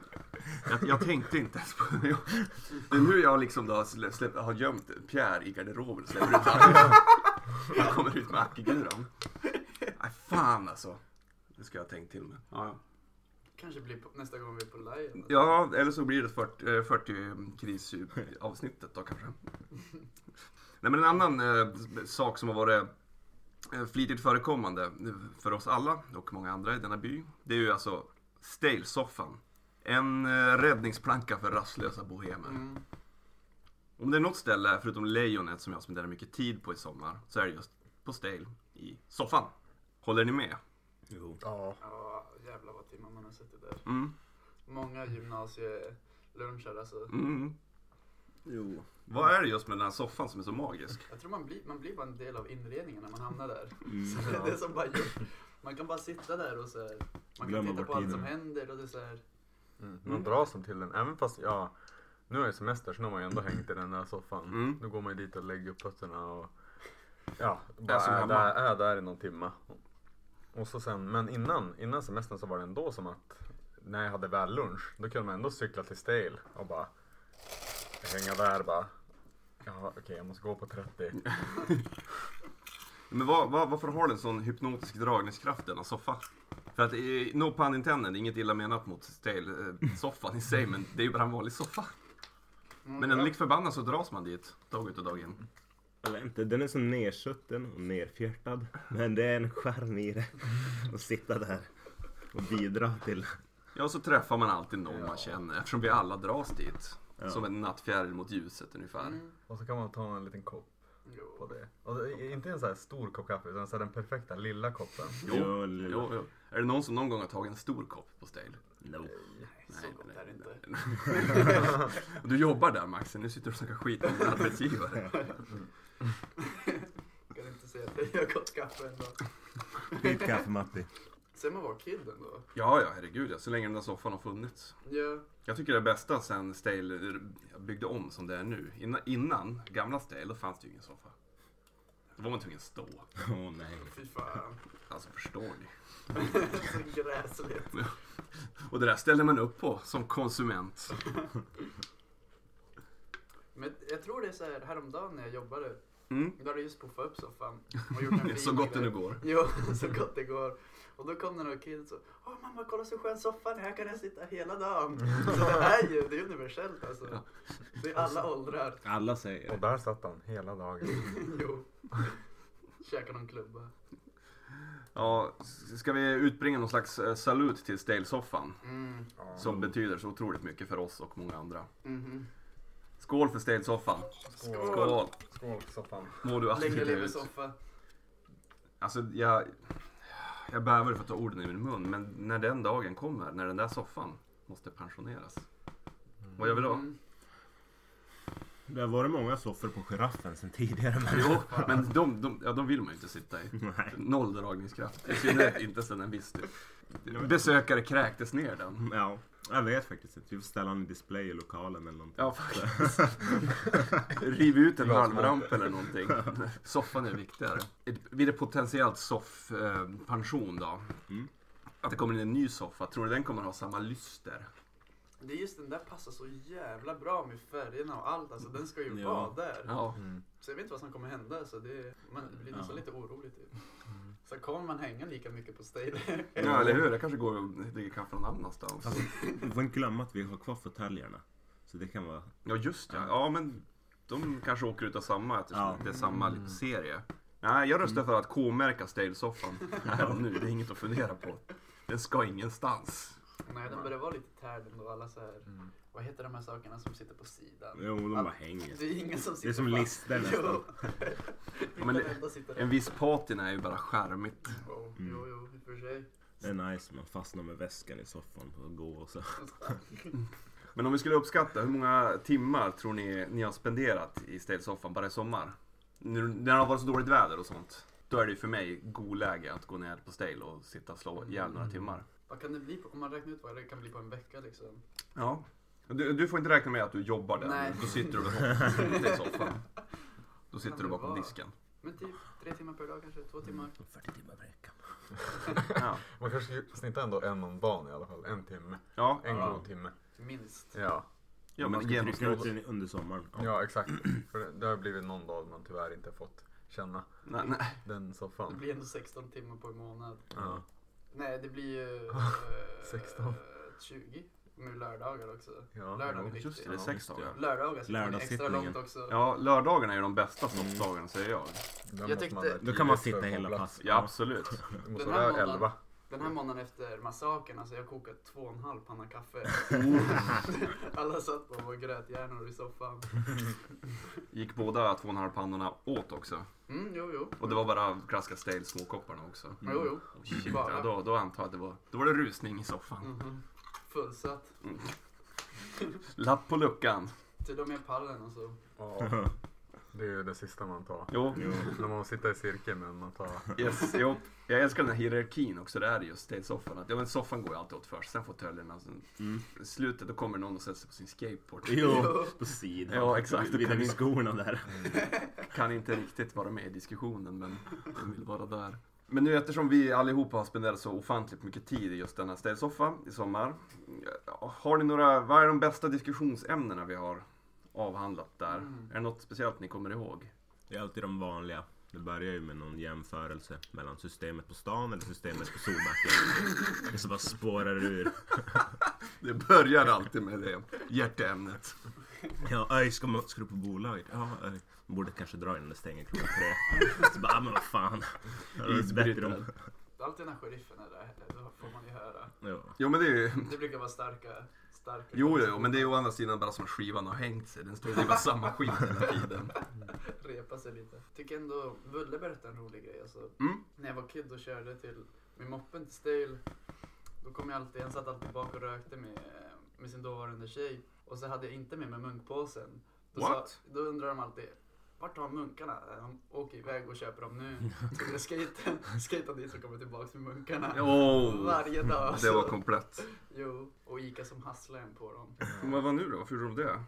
Speaker 2: Jag, jag tänkte inte ens på det. Det är nu jag liksom då har, slä, slä, har gömt Pierre i garderoben och släpper ut honom. Han kommer ut med Akiguran. Nej, fan alltså. Det ska jag ha tänkt till med. Ja, ja.
Speaker 6: Kanske blir på, nästa gång vi är på live.
Speaker 2: Ja, eller så blir det 40, eh, 40 kris avsnittet då kanske. Nej men en annan eh, sak som har varit eh, flitigt förekommande för oss alla och många andra i denna by. Det är ju alltså Stale-soffan. En eh, räddningsplanka för rastlösa bohemer.
Speaker 6: Mm.
Speaker 2: Om det är något ställe, förutom Lejonet, som jag spenderar mycket tid på i sommar, så är det just på Stale i soffan. Håller ni med?
Speaker 4: Jo.
Speaker 3: Ja.
Speaker 6: Ja, jävlar vad timmar man har suttit där.
Speaker 2: Mm.
Speaker 6: Många gymnasieluncher alltså.
Speaker 2: Mm.
Speaker 4: Jo.
Speaker 2: Vad är det just med den här soffan som är så magisk?
Speaker 6: Jag tror man blir, man blir bara en del av inredningen när man hamnar där.
Speaker 4: Mm,
Speaker 6: [LAUGHS] Så det är det som bara gör, man kan bara sitta där och så här, Man kan
Speaker 4: Glömma
Speaker 6: titta
Speaker 4: bort
Speaker 6: på allt
Speaker 4: tiden.
Speaker 6: som händer och det är så här.
Speaker 3: Mm. Man dras som till den. Även fast, ja. Nu är jag i semester så nu har man ju ändå hängt i den där soffan.
Speaker 2: Mm.
Speaker 3: Då går man ju dit och lägger upp fötterna och ja, bara
Speaker 2: Är som
Speaker 3: är,
Speaker 2: hemma.
Speaker 3: där, är där i någon timme. Och så sen, men innan, innan semestern så var det ändå som att när jag hade väl lunch, då kunde man ändå cykla till Stale och bara hänga där bara. Ja, okej, jag måste gå på 30.
Speaker 2: Men vad, vad, varför har den sån hypnotisk dragningskraft denna soffa? För att, eh, no pun intended, inget illa menat mot Stale-soffan i sig, men det är ju bara en vanlig soffa. Men ändå lik förbannat så dras man dit, dag ut och dag in.
Speaker 4: Eller inte, den är så nersutten och nerfjärtad. Men det är en charm i det. Att sitta där och bidra till...
Speaker 2: Ja, och så träffar man alltid någon man känner, eftersom vi alla dras dit.
Speaker 4: Ja.
Speaker 2: Som en nattfjäril mot ljuset ungefär.
Speaker 6: Mm.
Speaker 3: Och så kan man ta en liten kopp på
Speaker 6: Jo.
Speaker 3: det. Och det är inte en så här stor kopp kaffe utan så här den perfekta lilla koppen.
Speaker 2: Jo,
Speaker 4: Jo,
Speaker 2: jo,
Speaker 4: lilla.
Speaker 2: jo. Är det någon som någon gång har tagit en stor kopp på Stale?
Speaker 4: No.
Speaker 6: Nej, så gott är det inte.
Speaker 2: Och du jobbar där Max, nu sitter du och snackar skit om din [LAUGHS] arbetsgivare.
Speaker 6: Kan inte säga att jag har gott kaffe ändå.
Speaker 4: Skit kaffe Matti.
Speaker 6: Sen man var kid ändå.
Speaker 2: Ja, ja, herregud ja, så länge den där soffan har funnits.
Speaker 6: Ja.
Speaker 2: Jag tycker det bästa sen Stale byggde om som det är nu. Innan, innan gamla Stale, då fanns det ju ingen soffa. Då var man tvungen att stå.
Speaker 4: Åh nej.
Speaker 6: Fy fan. [LAUGHS]
Speaker 2: Alltså förstår ni?
Speaker 6: Så gräsligt.
Speaker 2: Och det där ställer man upp på som konsument.
Speaker 6: Men jag tror det är så här häromdagen när jag jobbade.
Speaker 2: Mm.
Speaker 6: Då hade jag just puffat upp soffan. Och gjort
Speaker 2: [LAUGHS]
Speaker 6: en
Speaker 2: Så
Speaker 6: fin
Speaker 2: gott det
Speaker 6: grej.
Speaker 2: nu går.
Speaker 6: Jo, [LAUGHS] så gott det går. Och då kom det några kids och Åh mamma kolla så skön soffan är, här kan jag sitta hela dagen. Så det är ju, det är universellt alltså. Det är alla åldrar. [LAUGHS]
Speaker 4: Alla säger
Speaker 3: Och
Speaker 4: det.
Speaker 3: där satt han hela dagen.
Speaker 6: Jo. Käka någon klubba.
Speaker 2: Ja, s- ska vi utbringa någon slags eh, salut till Stale-soffan?
Speaker 6: Mm.
Speaker 2: Som betyder så otroligt mycket för oss och många andra.
Speaker 6: Mhm.
Speaker 2: Skål för Stale-soffan!
Speaker 3: Skål.
Speaker 2: Skål!
Speaker 3: Skål soffan.
Speaker 2: Må du alltid
Speaker 6: Längre
Speaker 2: leva
Speaker 6: lever
Speaker 2: ut.
Speaker 6: soffa.
Speaker 2: Alltså jag, jag bävar för att ta orden i min mun, men när den dagen kommer, när den där soffan måste pensioneras. Vad gör vi då?
Speaker 6: Mm.
Speaker 4: Det har varit många soffor på giraffen sen tidigare. Men...
Speaker 2: Jo, men de, de, ja, de vill man ju inte sitta i.
Speaker 4: Nej.
Speaker 2: Noll dragningskraft. I synnerhet inte sedan en viss typ. Besökare kräktes ner den.
Speaker 4: Ja, jag vet faktiskt inte. Vi får ställa en display i lokalen eller någonting.
Speaker 2: Ja, faktiskt. Riv ut en
Speaker 3: Det var
Speaker 2: halmramp eller någonting. [LAUGHS] Soffan är viktigare. Ett- Vid ett potentiellt soffpension då.
Speaker 4: Mm.
Speaker 2: Att det kommer in en ny soffa, tror du den kommer ha samma lyster?
Speaker 6: Det är just den där passar så jävla bra med färgerna och allt. Alltså den ska ju
Speaker 4: Ja.
Speaker 6: vara där.
Speaker 2: Ja.
Speaker 6: Så jag vet inte vad som kommer hända. Så det, man blir
Speaker 4: Ja.
Speaker 6: nästan lite orolig typ. Så kommer man hänga lika mycket på stage?
Speaker 2: Ja, eller hur? Jag kanske går och dricker kaffe någon annanstans.
Speaker 4: Fast vi får inte glömma att vi har kvar fåtöljerna. Så det kan vara...
Speaker 2: Ja, just ja. Ja, men de kanske åker ut av samma eftersom
Speaker 4: Ja.
Speaker 2: det är samma serie. Nej, jag röstar för att K-märka Stale-soffan här och nu. Det är inget att fundera på. Den ska ingenstans.
Speaker 6: Nej, den börjar vara lite tärd ändå. Alla så här, vad heter de här sakerna som sitter på sidan?
Speaker 4: Jo, de bara hänger.
Speaker 6: Det är ingen som sitter
Speaker 4: som
Speaker 6: fast.
Speaker 4: lister
Speaker 6: [LAUGHS] Jo.
Speaker 2: Ja, men det-
Speaker 6: Inte en enda sitter
Speaker 2: En viss patina är ju bara charmigt.
Speaker 6: Jo, jo, jo, i och för sig.
Speaker 4: Det är nice, man fastnar med väskan i soffan och går och så.
Speaker 2: Men om vi skulle uppskatta, hur många timmar tror ni ni har spenderat i städsoffan bara i sommar? Nu, när det har varit så dåligt väder och sånt. Då är det ju för mig god läge att gå ner på Stale och sitta och slå ihjäl
Speaker 6: Mm.
Speaker 2: några timmar.
Speaker 6: Vad kan det bli på, om man räknar ut vad det kan bli på en vecka liksom?
Speaker 2: Ja. Du, du får inte räkna med att du jobbar där.
Speaker 6: Nej.
Speaker 2: Då sitter du
Speaker 6: [LAUGHS]
Speaker 2: väl i soffan. Då sitter
Speaker 6: Kan
Speaker 2: du
Speaker 6: det
Speaker 2: bakom
Speaker 6: vara?
Speaker 2: disken.
Speaker 6: Men typ tre timmar per dag kanske, två timmar.
Speaker 4: 40 timmar per vecka.
Speaker 2: Ja.
Speaker 3: Man kanske snittar ändå en om dagen i alla fall. En timme.
Speaker 2: Ja,
Speaker 3: En
Speaker 6: Ja.
Speaker 3: gång i timme.
Speaker 6: Minst.
Speaker 3: Ja,
Speaker 2: ja
Speaker 4: Man
Speaker 2: men
Speaker 4: ska trycka ut
Speaker 2: genomsnitt.
Speaker 4: den under sommaren.
Speaker 3: ja exakt. För det, det har blivit någon dag man tyvärr inte fått känna
Speaker 2: Nej, nej.
Speaker 3: den
Speaker 6: Det
Speaker 3: soffan.
Speaker 6: blir ändå 16 timmar på en månad.
Speaker 3: Ja.
Speaker 6: Nej, det blir ju...
Speaker 3: 16.
Speaker 6: Eh, 20 med lördagar också.
Speaker 3: Ja,
Speaker 6: lördagar
Speaker 3: jo,
Speaker 6: är viktigt.
Speaker 2: Just det, det är sex dagar.
Speaker 6: Lördagar sitter man extra
Speaker 4: Lördagssittningen.
Speaker 6: långt också.
Speaker 2: Ja, lördagarna är ju de bästa soffdagarna säger jag.
Speaker 3: Den måste
Speaker 6: Jag tyckte-
Speaker 3: man ha
Speaker 4: Då kan man
Speaker 3: tidigt för
Speaker 4: sitta
Speaker 3: att få
Speaker 4: hela
Speaker 3: plats.
Speaker 4: passet.
Speaker 2: Ja, absolut.
Speaker 3: Du måste
Speaker 6: Den
Speaker 3: vara
Speaker 6: här
Speaker 3: där
Speaker 6: månaden.
Speaker 3: elva.
Speaker 6: Den här månaden efter massakern, alltså jag kokade två och en halv panna kaffe.
Speaker 2: Mm.
Speaker 6: [LAUGHS] Alla satt på vår gröthjärnor i soffan.
Speaker 2: Gick båda två och en halv pannorna åt också.
Speaker 6: Mm, jo, jo.
Speaker 2: Och det var bara klaska stale småkopparna också.
Speaker 6: Jo, jo.
Speaker 2: Shit, Mm.
Speaker 6: Bara.
Speaker 2: ja, då, då antar jag att det var, då var det rusning i soffan.
Speaker 6: Mhm. Fullsatt.
Speaker 2: Lapp på luckan.
Speaker 6: Till och med pallen och så.
Speaker 3: Ja, [LAUGHS] det är ju det sista man tar.
Speaker 2: Jo,
Speaker 3: När man sitter i cirkel men man tar...
Speaker 2: yes, jo. Jag älskar den här hierarkin också, det är just stale-soffan. Att, Ja men soffan går ju alltid åt först, sen fåtöljerna. Sen i slutet då kommer någon och sätter sig på sin [LAUGHS] skateboard.
Speaker 4: Jo, på sidan.
Speaker 2: Ja, [LAUGHS] exakt.
Speaker 4: Vid där vid skorna där.
Speaker 2: Kan inte riktigt vara med i diskussionen men jag vill vara där. Men nu eftersom vi allihopa har spenderat så ofantligt mycket tid i just denna städsoffan i sommar. ja, Har ni några, vad är de bästa diskussionsämnena vi har avhandlat där? Är det något speciellt ni kommer ihåg?
Speaker 4: Det är alltid de vanliga. Det börjar ju med någon jämförelse mellan systemet på stan eller systemet på Solbacken. Och så bara spårar det ur.
Speaker 2: Det börjar alltid med det hjärteämnet.
Speaker 4: Ja, öj, ska, man, ska du på bolaget? Ja, öj. Borde kanske dra innan det stänger klockan tre. Så bara, ah, men vad fan. Det hade varit bättre om-
Speaker 6: Alltid när sheriffen är där, då får man ju höra.
Speaker 4: Ja.
Speaker 2: Jo men det är ju,
Speaker 6: Det brukar vara starka, starka
Speaker 2: jo, jo men det är ju å andra sidan bara som att skivan har hängt sig. Den står ju det är bara samma skit hela tiden.
Speaker 6: repa sig lite. Tycker ändå Vulle berättade en rolig grej. Alltså,
Speaker 2: Mm.
Speaker 6: När jag var kid och körde till med moppen till Stale. Då kom jag alltid, han satt alltid bak och rökte med, med sin dåvarande tjej. Och så hade jag inte med mig munkpåsen. Då,
Speaker 2: What?
Speaker 6: då undrar de alltid, vart har munkarna? De åker iväg och köper dem
Speaker 2: [LAUGHS]
Speaker 6: nu. Så jag skejtade, skejtade dit så kommer jag tillbaks med munkarna.
Speaker 2: Oh,
Speaker 6: Varje dag.
Speaker 2: det var
Speaker 6: så-
Speaker 2: komplett.
Speaker 6: Jo, och Ica som hustlar en på dem.
Speaker 2: Men vad nu då? Varför gjorde de det?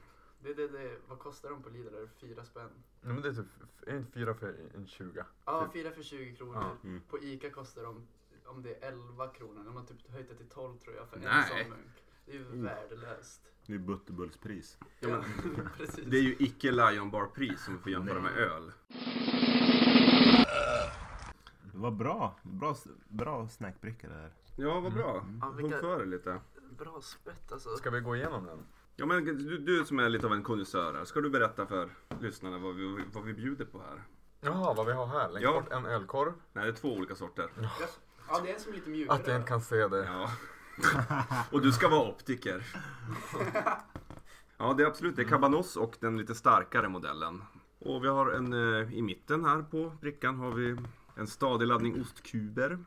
Speaker 6: Det, det, det, vad kostar de på Lidl? Är det Fyra spänn?
Speaker 3: Nej men det är typ en fyra för en tjuga.
Speaker 6: Ja,
Speaker 3: Typ.
Speaker 6: fyra för 20 kronor.
Speaker 3: Ja,
Speaker 4: mm.
Speaker 6: På Ica kostar de, om det är 11 kronor, de har typ höjt det till 12 tror jag för
Speaker 2: Nej.
Speaker 6: en sån munk. Det är ju
Speaker 3: Mm.
Speaker 6: värdelöst.
Speaker 4: Det är butterbullspris.
Speaker 6: [LAUGHS] Ja, precis.
Speaker 2: Det är ju icke Lion Bar-pris som vi får jämföra med öl.
Speaker 4: Vad bra. Bra, bra snackbricka det där.
Speaker 2: Ja, vad bra.
Speaker 6: Ja,
Speaker 2: Hugg
Speaker 6: vilka-
Speaker 2: för dig lite.
Speaker 6: Bra spett alltså.
Speaker 3: Ska vi gå igenom den?
Speaker 2: Ja, men du, du som är lite av en kondensör här, ska du berätta för lyssnarna vad vi, vad vi bjuder på här?
Speaker 3: Jaha, vad vi har här. Längst
Speaker 2: Ja.
Speaker 3: bort en ölkorv.
Speaker 2: Nej, det är två olika sorter.
Speaker 6: Ja, det är som lite mjukare.
Speaker 3: Att jag inte kan se det.
Speaker 2: Ja. Och du ska vara optiker. Ja, det är absolut. Det är Cabanos och den lite starkare modellen. Och vi har en eh, i mitten här på brickan har vi en stadig laddning ostkuber.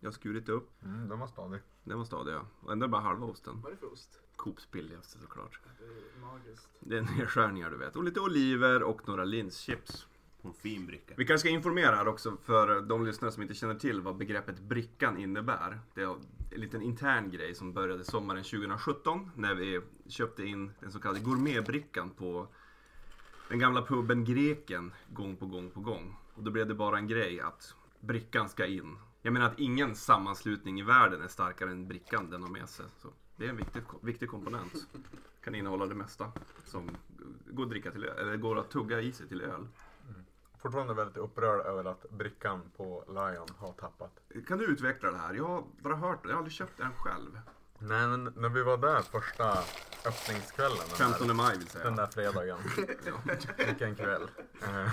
Speaker 2: Jag har skurit upp.
Speaker 3: Mm, den var stadig.
Speaker 2: Den var stadig, ja. Och ändå är det bara halva osten.
Speaker 6: Vad är det för ost?
Speaker 2: Coops billigaste såklart.
Speaker 6: Det är magiskt.
Speaker 2: Det är nedskärningar du vet. Och lite oliver och några linschips.
Speaker 4: En fin bricka.
Speaker 2: Vi kanske ska informera här också för de lyssnare som inte känner till vad begreppet brickan innebär. Det är en liten intern grej som började sommaren 2017 när vi köpte in den så kallade gourmetbrickan på den gamla puben Greken gång på gång på gång. Och då blev det bara en grej att brickan ska in. Jag menar att ingen sammanslutning i världen är starkare än brickan den har med sig. Så det är en viktig, viktig komponent. Kan innehålla det mesta som går att, dricka till öl, eller går att tugga i sig till öl.
Speaker 3: Fortfarande väldigt upprörd över att brickan på Lion har tappat.
Speaker 2: Kan du utveckla det här? Jag har bara hört det, jag har aldrig köpt en själv.
Speaker 3: Nej men när vi var där första öppningskvällen. den där-
Speaker 2: 15 maj vill
Speaker 3: Den
Speaker 2: säga.
Speaker 3: där fredagen. Vilken kväll. Eh,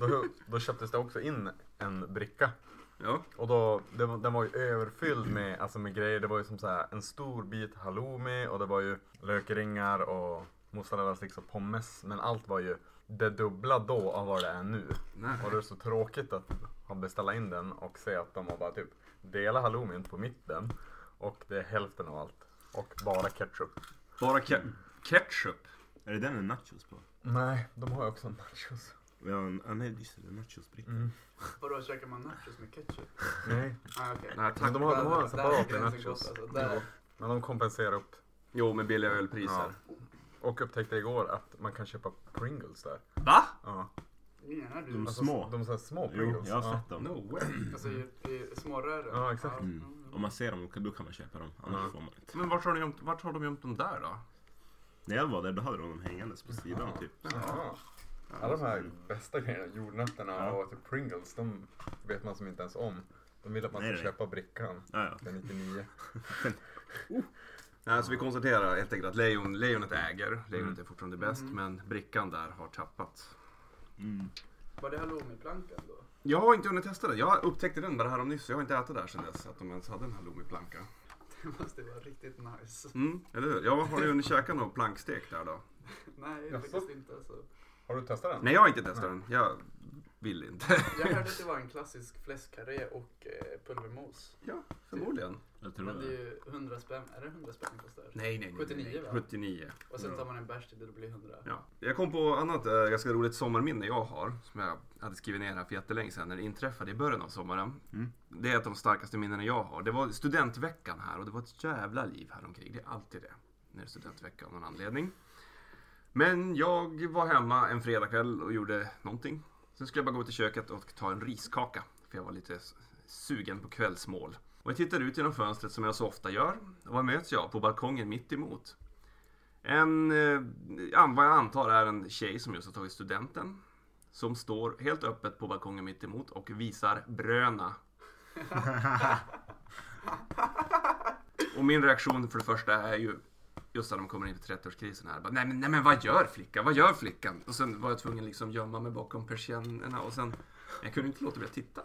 Speaker 3: Då, då köptes det också in en bricka.
Speaker 2: Ja.
Speaker 3: Och då, det, var- den var ju överfylld med, alltså med grejer. Det var ju som så här en stor bit halloumi och det var ju lökringar och mozzarella sticks och pommes. Men allt var ju det dubbla då av vad det är nu.
Speaker 2: Nej.
Speaker 3: Och det är så tråkigt att ha beställa in den och se att de har bara typ delat halloumin på mitten och det är hälften av allt. Och bara ketchup.
Speaker 2: Bara ke- ketchup.
Speaker 4: Är det den med nachos på?
Speaker 3: Nej, de har ju också nachos.
Speaker 4: Ja, n- ah, nej just det, det är nachosbricka.
Speaker 3: Mm.
Speaker 6: Vadå, käkar man nachos med ketchup?
Speaker 3: Nej,
Speaker 6: Ah, okej.
Speaker 2: Nej,
Speaker 3: men
Speaker 2: tack.
Speaker 3: de har, de har
Speaker 6: Där-
Speaker 3: en separat
Speaker 6: där är gränsen
Speaker 3: nachos.
Speaker 6: gått, alltså. Där.
Speaker 3: Ja, Men de kompenserar upp.
Speaker 2: Jo, med billiga ölpriser.
Speaker 3: Och upptäckte igår att man kan köpa Pringles där.
Speaker 2: Va?
Speaker 3: Ja. Alltså,
Speaker 6: Menar du?
Speaker 4: De små.
Speaker 3: De så här små
Speaker 4: Mm. Jo,
Speaker 3: Pringles.
Speaker 4: jag har
Speaker 3: ja.
Speaker 4: sett dem.
Speaker 2: No way.
Speaker 6: Alltså i, i smårören?
Speaker 3: Ja, exakt.
Speaker 6: Mm.
Speaker 4: Om man ser dem då kan man köpa dem, annars får man inte.
Speaker 2: Men vart har, de gömt, vart har de gömt dem där då?
Speaker 4: När jag var där då hade de dem hängandes på sidan typ.
Speaker 3: Ja. Alla de här bästa grejerna, jordnötterna
Speaker 4: Ja.
Speaker 3: och typ Pringles, de vet man som inte ens om. De vill att man
Speaker 4: Nej,
Speaker 3: ska
Speaker 4: nej.
Speaker 3: köpa brickan.
Speaker 4: Ja, ja.
Speaker 3: Den 99.
Speaker 2: Nej, så vi konstaterar helt enkelt att lejon, lejonet äger. Lejonet är fortfarande bäst, men brickan där har tappat.
Speaker 4: Mm.
Speaker 6: Var det halloumiplankan då? [LAUGHS]
Speaker 2: Jag har inte hunnit testa den. Jag upptäckte den bara härom nyss. Jag har inte ätit där sedan dess att de ens hade en halloumiplanka.
Speaker 6: Det måste vara riktigt nice.
Speaker 2: Mm, eller hur? Ja, har ni hunnit käka någon plankstek där då?
Speaker 6: Nej,
Speaker 3: Jaså?
Speaker 6: faktiskt inte. Alltså.
Speaker 3: Har du testat den?
Speaker 2: Nej, jag har inte testat den. Jag vill inte. [LAUGHS]
Speaker 6: Jag hörde att det var en klassisk fläskkarré och eh, pulvermos.
Speaker 2: ja, förmodligen.
Speaker 4: Jag tror
Speaker 6: Men det är
Speaker 4: det.
Speaker 6: ju 100 spänn. Är det 100 spänn det kostar?
Speaker 2: Nej, nej, nej.
Speaker 6: 79, va?
Speaker 2: 79.
Speaker 6: Och
Speaker 4: Mm.
Speaker 6: sen tar man en bärs till det och det blir
Speaker 4: Eh,
Speaker 6: 100.
Speaker 2: Ja. Jag kom på annat eh, ganska roligt sommarminne jag har, som jag hade skrivit ner här för jättelänge sedan när det inträffade i början av sommaren. Det är ett av de starkaste minnena jag har. Det var studentveckan här och det var ett jävla liv här omkring. Det är alltid det när det är studentvecka av någon anledning. Men jag var hemma en fredagkväll och gjorde någonting. Sen skulle jag bara gå ut i köket och ta en riskaka, för jag var lite s- sugen på kvällsmål. Och jag tittar ut genom fönstret som jag så ofta gör. Och vad möts jag på balkongen mitt emot? En, eh, an- vad jag antar är en tjej som just har tagit studenten. Som står helt öppet på balkongen mitt emot och visar bröna. och min reaktion för det första är ju just när de kommer in i 30-årskrisen här. Bara, nej, men, nej men vad gör flickan? Vad gör flickan? Och sen var jag tvungen liksom gömma mig bakom persiennerna och sen jag kunde inte låta bli att titta.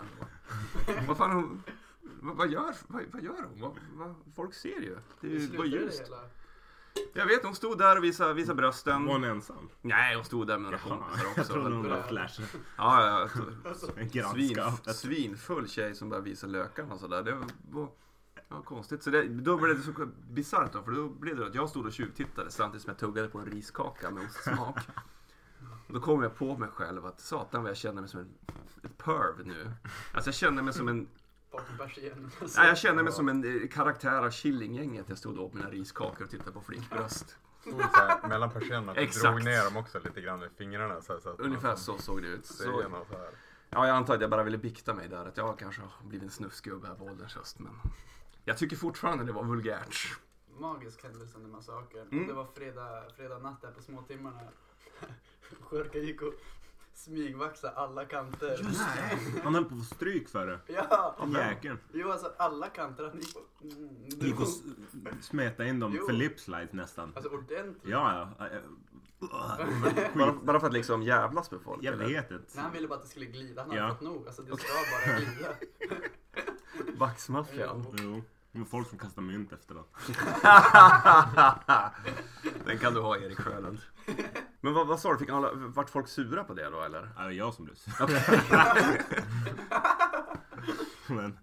Speaker 2: vad fan hon, vad, vad, gör, vad, vad gör hon? Vad, vad, folk ser ju. Det är
Speaker 6: Hur
Speaker 2: ju bara
Speaker 6: slutade
Speaker 2: ljust.
Speaker 6: det hela?
Speaker 2: Jag vet, hon stod där och visade, visade brösten.
Speaker 4: Var hon ensam?
Speaker 2: Nej, hon stod där med några
Speaker 4: Jaha,
Speaker 2: kompisar
Speaker 4: jag
Speaker 2: också.
Speaker 4: trodde hon
Speaker 2: Men-
Speaker 4: var flash.
Speaker 2: Ja, ja, ja.
Speaker 4: En [LAUGHS]
Speaker 2: Svin,
Speaker 4: grannskap.
Speaker 2: svinfull tjej som bara visar lökarna och sådär. Det var ja, konstigt. Så det, då blev det så bisarrt då, för då blev det att jag stod och tjuvtittade samtidigt som jag tuggade på en riskaka med ostsmak. Och Då kom jag på mig själv att satan vad jag känner mig som en ett perv nu. Alltså jag känner mig som en,
Speaker 6: Bakom bärs igen. [LAUGHS] Alltså.
Speaker 2: nej, jag känner mig som en eh, karaktär av Killinggänget. Jag stod och åt mina riskakor och tittade på flickbröst.
Speaker 3: Stod så här mellan persiennerna och
Speaker 2: Exakt.
Speaker 3: drog ner dem också lite grann med fingrarna. Så här, så att man
Speaker 2: Ungefär så såg det ut.
Speaker 3: ser
Speaker 2: Så,
Speaker 3: igenom så här.
Speaker 2: Ja, jag antar att jag bara ville bikta mig där, att jag kanske har blivit en snusgubbe här på ålderns höst, men jag tycker fortfarande det var vulgärt.
Speaker 6: Magisk händelse den massakern.
Speaker 2: Mm.
Speaker 6: Det var fredag, fredag natt där på småtimmarna. [LAUGHS] Sjörka gick och smygvaxade alla kanter.
Speaker 4: Nej, han höll på att få stryk för det.
Speaker 6: [LAUGHS] Ja!
Speaker 4: Jäkeln.
Speaker 6: Jo alltså alla kanter. Han gick och... Mm,
Speaker 4: Det gick att s- smeta in dem
Speaker 6: Jo.
Speaker 4: för lipslides nästan.
Speaker 6: Alltså ordentligt.
Speaker 4: Ja, äh. ja. Eh,
Speaker 2: Bara, bara för att liksom jävlas med folk?
Speaker 4: Jag
Speaker 2: eller?
Speaker 4: vet
Speaker 6: Nej, han
Speaker 4: inte.
Speaker 6: ville bara att det skulle glida. Han hade
Speaker 4: Ja.
Speaker 6: fått nog. Alltså det ska bara
Speaker 4: [LAUGHS]
Speaker 6: glida. [LAUGHS]
Speaker 2: Vaxmaffian?
Speaker 4: Jo. Men folk som kastar mynt efter dem.
Speaker 2: [LAUGHS] Den kan du ha Erik Sjölund. Men vad, vad sa du, Fick alla, vart folk sura på det då eller?
Speaker 4: Ja, Äh, det är jag som blir sur. [LAUGHS] Men,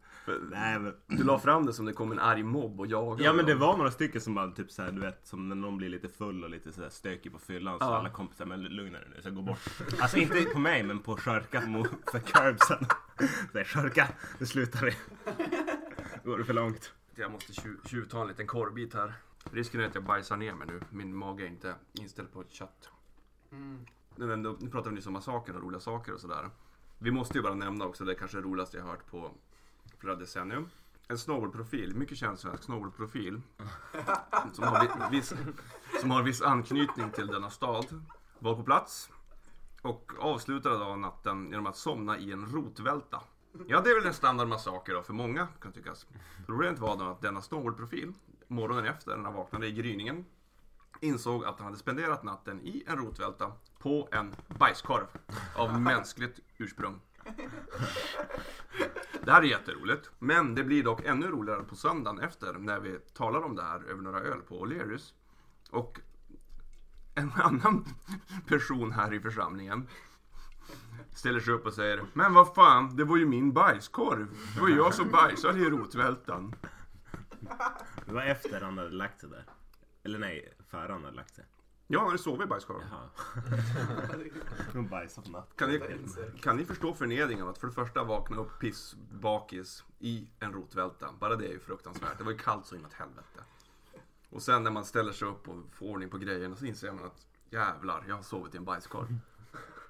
Speaker 4: nej men.
Speaker 2: Du la fram det som det kom en arg mobb och jagade
Speaker 4: Ja men det
Speaker 2: dem.
Speaker 4: var några stycken som bara typ såhär du vet som när någon blir lite full och lite såhär stökig på fyllan så
Speaker 2: Ja.
Speaker 4: alla kompisar men lugna dig nu så gå [LAUGHS] bort. Alltså inte på mig men på Sharka mot- för curbsen. [LAUGHS] Såhär Sharka, nu slutar vi. Går det för långt?
Speaker 2: Jag måste tju- tjuvta en liten korvbit här. Risken är att jag bajsar ner mig nu. Min mage är inte inställd på kött.
Speaker 6: Mm.
Speaker 2: Men ändå, nu pratar vi nyss om massaker och roliga saker och sådär. Vi måste ju bara nämna också det kanske roligaste jag hört på flera decennium. En snowboardprofil, mycket känd svensk snowboardprofil. Som har vi- viss, som har viss anknytning till denna stad. Var på plats och avslutade då natten genom att somna i en rotvälta. Ja, det är väl en standardmassaker då, för många kan tyckas. Problemet var då att denna snowboardprofil, morgonen efter när han vaknade i gryningen, insåg att han hade spenderat natten i en rotvälta på en bajskorv av mänskligt ursprung. Det här är jätteroligt, men det blir dock ännu roligare på söndagen efter när vi talar om det här över några öl på O'Learys. Och en annan person här i församlingen ställer sig upp och säger Men vad fan, det var ju min bajskorv. Det var jag som bajsade i rotvältan.
Speaker 4: Det var efter han hade lagt sig där. Eller nej, före han hade lagt sig.
Speaker 2: Ja, han hade sovit i bajskorven.
Speaker 4: Jaha. Hon bajsade på natten.
Speaker 2: Kan ni, kan ni förstå förnedringen att för det första vakna upp pissbakis i en rotvälta? Bara det är ju fruktansvärt. Det var ju kallt så inåt helvete. Och sen när man ställer sig upp och får ordning på grejerna så inser man att jävlar, jag har sovit i en bajskorv.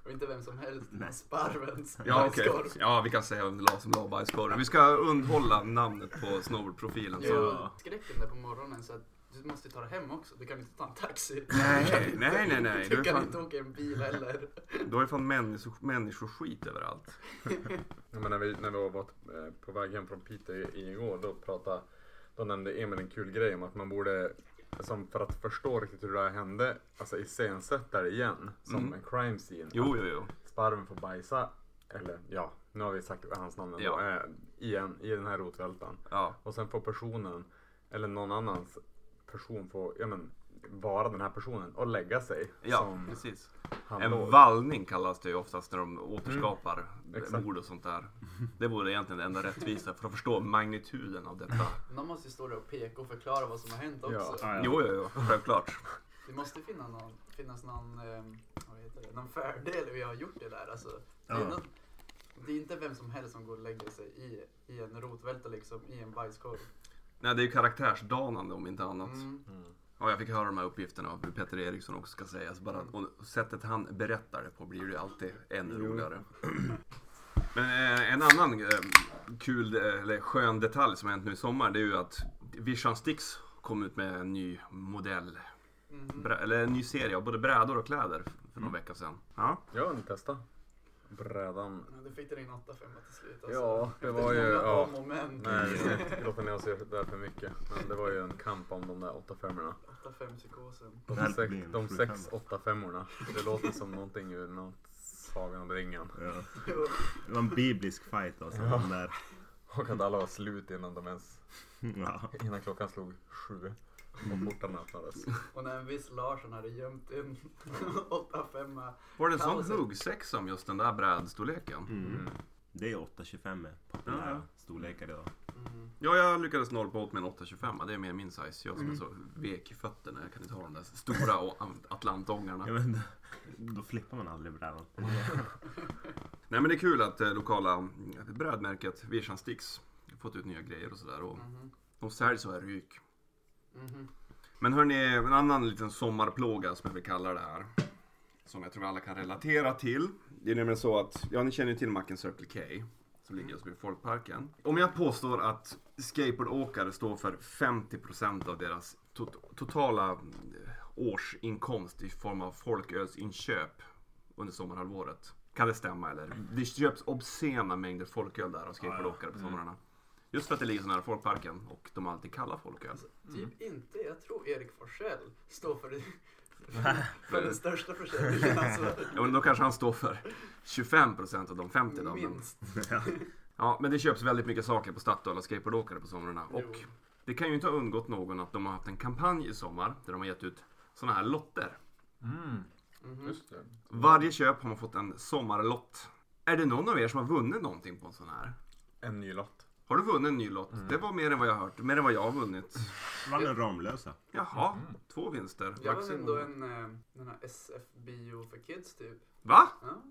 Speaker 6: Och inte vem som helst, men sparvens
Speaker 2: Ja, okej.
Speaker 6: bajskorv.
Speaker 2: Ja, vi kan säga vem det la som la bajskorven. Vi ska undhålla namnet på snowboardprofilen.
Speaker 6: Jag
Speaker 2: Så.
Speaker 6: har skräcken där på morgonen så att du måste ta det hem också. Du kan inte ta en taxi.
Speaker 2: Nej, nej, nej, nej.
Speaker 6: Du
Speaker 2: Du är
Speaker 6: kan inte
Speaker 2: fan,
Speaker 6: åka i en bil heller.
Speaker 2: du har ju fan människo, människoskit överallt.
Speaker 3: Ja, men när, vi, när vi var eh, på väg hem från Piteå i- igår, då, pratade, då nämnde Emil en kul grej om att man borde, som för att förstå riktigt hur det här hände, alltså iscensätta det igen som en crime scene.
Speaker 2: Mm. Jo, jo, jo.
Speaker 3: Sparven får bajsa, eller ja, nu har vi sagt hans namn ändå,
Speaker 2: Ja.
Speaker 3: eh, igen i den här rotvältan.
Speaker 2: Ja.
Speaker 3: Och sen får personen, eller någon annans person få, ja men, vara den här personen och lägga sig
Speaker 2: Ja,
Speaker 3: som
Speaker 2: precis.
Speaker 3: han
Speaker 2: En
Speaker 3: låg. Mm.
Speaker 2: vallning kallas det ju oftast när de återskapar
Speaker 3: exakt.
Speaker 2: mord och sånt där. Det vore egentligen det enda rättvisa för att förstå magnituden av detta.
Speaker 6: Någon måste ju stå där och peka och förklara vad som har hänt också.
Speaker 3: Ja.
Speaker 2: Jo, jo, jo, självklart.
Speaker 6: Det måste finnas någon, finnas någon, ehm, vad heter det, någon fördel vi har gjort det där. Alltså, det, är
Speaker 4: Ja.
Speaker 6: någon, det är inte vem som helst som går och lägger sig i, i en rotvälta liksom, i en bajskorv.
Speaker 2: Nej, det är ju karaktärsdanande om inte annat.
Speaker 6: Mm.
Speaker 2: Ja, jag fick höra de här uppgifterna av Peter Eriksson också ska sägas. Bara, och sättet han berättar det på blir ju alltid ännu roligare. [CLEARS THROAT] Men eh, en annan eh, kul, eh, eller skön detalj som har hänt nu i sommar det är ju att Vision Sticks kom ut med en ny modell.
Speaker 6: Mhm.
Speaker 2: Brä, eller en ny serie av både brädor och kläder för någon vecka sedan. Ja.
Speaker 3: Jag har inte testat. Brädan.
Speaker 6: Ja, Du fick det in 8-5 till slut alltså.
Speaker 3: Ja, det
Speaker 6: Efter
Speaker 3: var ju,
Speaker 6: många
Speaker 3: ja.
Speaker 6: om och men.
Speaker 3: Nej, exakt. låter ni oss göra det där för mycket. Men det var ju en kamp om de där 8-5orna.
Speaker 6: 8-5 psykosen.
Speaker 3: De
Speaker 4: Nej, det
Speaker 3: sex-
Speaker 4: blir en
Speaker 3: De
Speaker 4: sju
Speaker 3: sex 8-5orna. Det låter som någonting ur något Sagan om ringen.
Speaker 4: Ja. Det var en biblisk fight alltså. Den där.
Speaker 3: Och att alla var slut innan de ens,
Speaker 4: Ja.
Speaker 3: innan klockan slog sju. Och portarna öppnades.
Speaker 6: Och när en viss Larsson hade gömt en [LAUGHS] 8-5
Speaker 2: Var det en sån
Speaker 6: Kaoset.
Speaker 2: huggsexa om just den där brädstorleken?
Speaker 4: Mm. Det är 8,25 med populära
Speaker 2: Ja.
Speaker 4: storlekar idag.
Speaker 6: Mm,
Speaker 2: Ja, jag lyckades nollpa åt med en 825. Det är mer min size. Jag som är så vek i fötterna. Jag kan inte ha de där stora och- atlantångarna.
Speaker 4: Ja, men, då flippar man aldrig brädan.
Speaker 2: Nej men det är kul att eh, lokala mm, brödmärket Vision Sticks fått ut nya grejer och sådär. Och
Speaker 6: mm-hmm,
Speaker 2: De säljs så här ryk. Men hörni, en annan liten sommarplåga som jag vill kalla det här. Som jag tror vi alla kan relatera till. Det är nämligen så att, ja ni känner ju till macken Circle K. Som ligger just vid Folkparken. Om jag påstår att skateboardåkare står för 50% av deras tot- totala eh, årsinkomst i form av folkölsinköp under sommarhalvåret. Kan det stämma eller? Det köps obscena mängder folköl där av skateboardåkare på somrarna. Just för att det ligger så nära Folkparken och de alltid kallar folköl.
Speaker 6: Typ inte, jag tror Erik Forsell står för, det, [LAUGHS] för den största [LAUGHS] försäljningen. Alltså,
Speaker 2: Ja, men då kanske han står för 25 procent av de 50 då. Men,
Speaker 6: minst.
Speaker 2: ja, men det köps väldigt mycket saker på Statoil och skateboardåkare på somrarna. Och
Speaker 6: Jo.
Speaker 2: det kan ju inte ha undgått någon att de har haft en kampanj i sommar där de har gett ut sådana här lotter.
Speaker 3: Mm. Just det.
Speaker 2: Varje köp har man fått en sommarlott. Är det någon av er som har vunnit någonting på en sån här?
Speaker 3: En ny lott.
Speaker 2: Har du vunnit en ny lott? Det var mer än vad jag har hört. Mer än vad jag har vunnit.
Speaker 4: Vann en Ramlösa.
Speaker 2: Jaha, två vinster.
Speaker 6: Jag var ändå en, eh, den här SF-bio för kids typ.
Speaker 2: Va?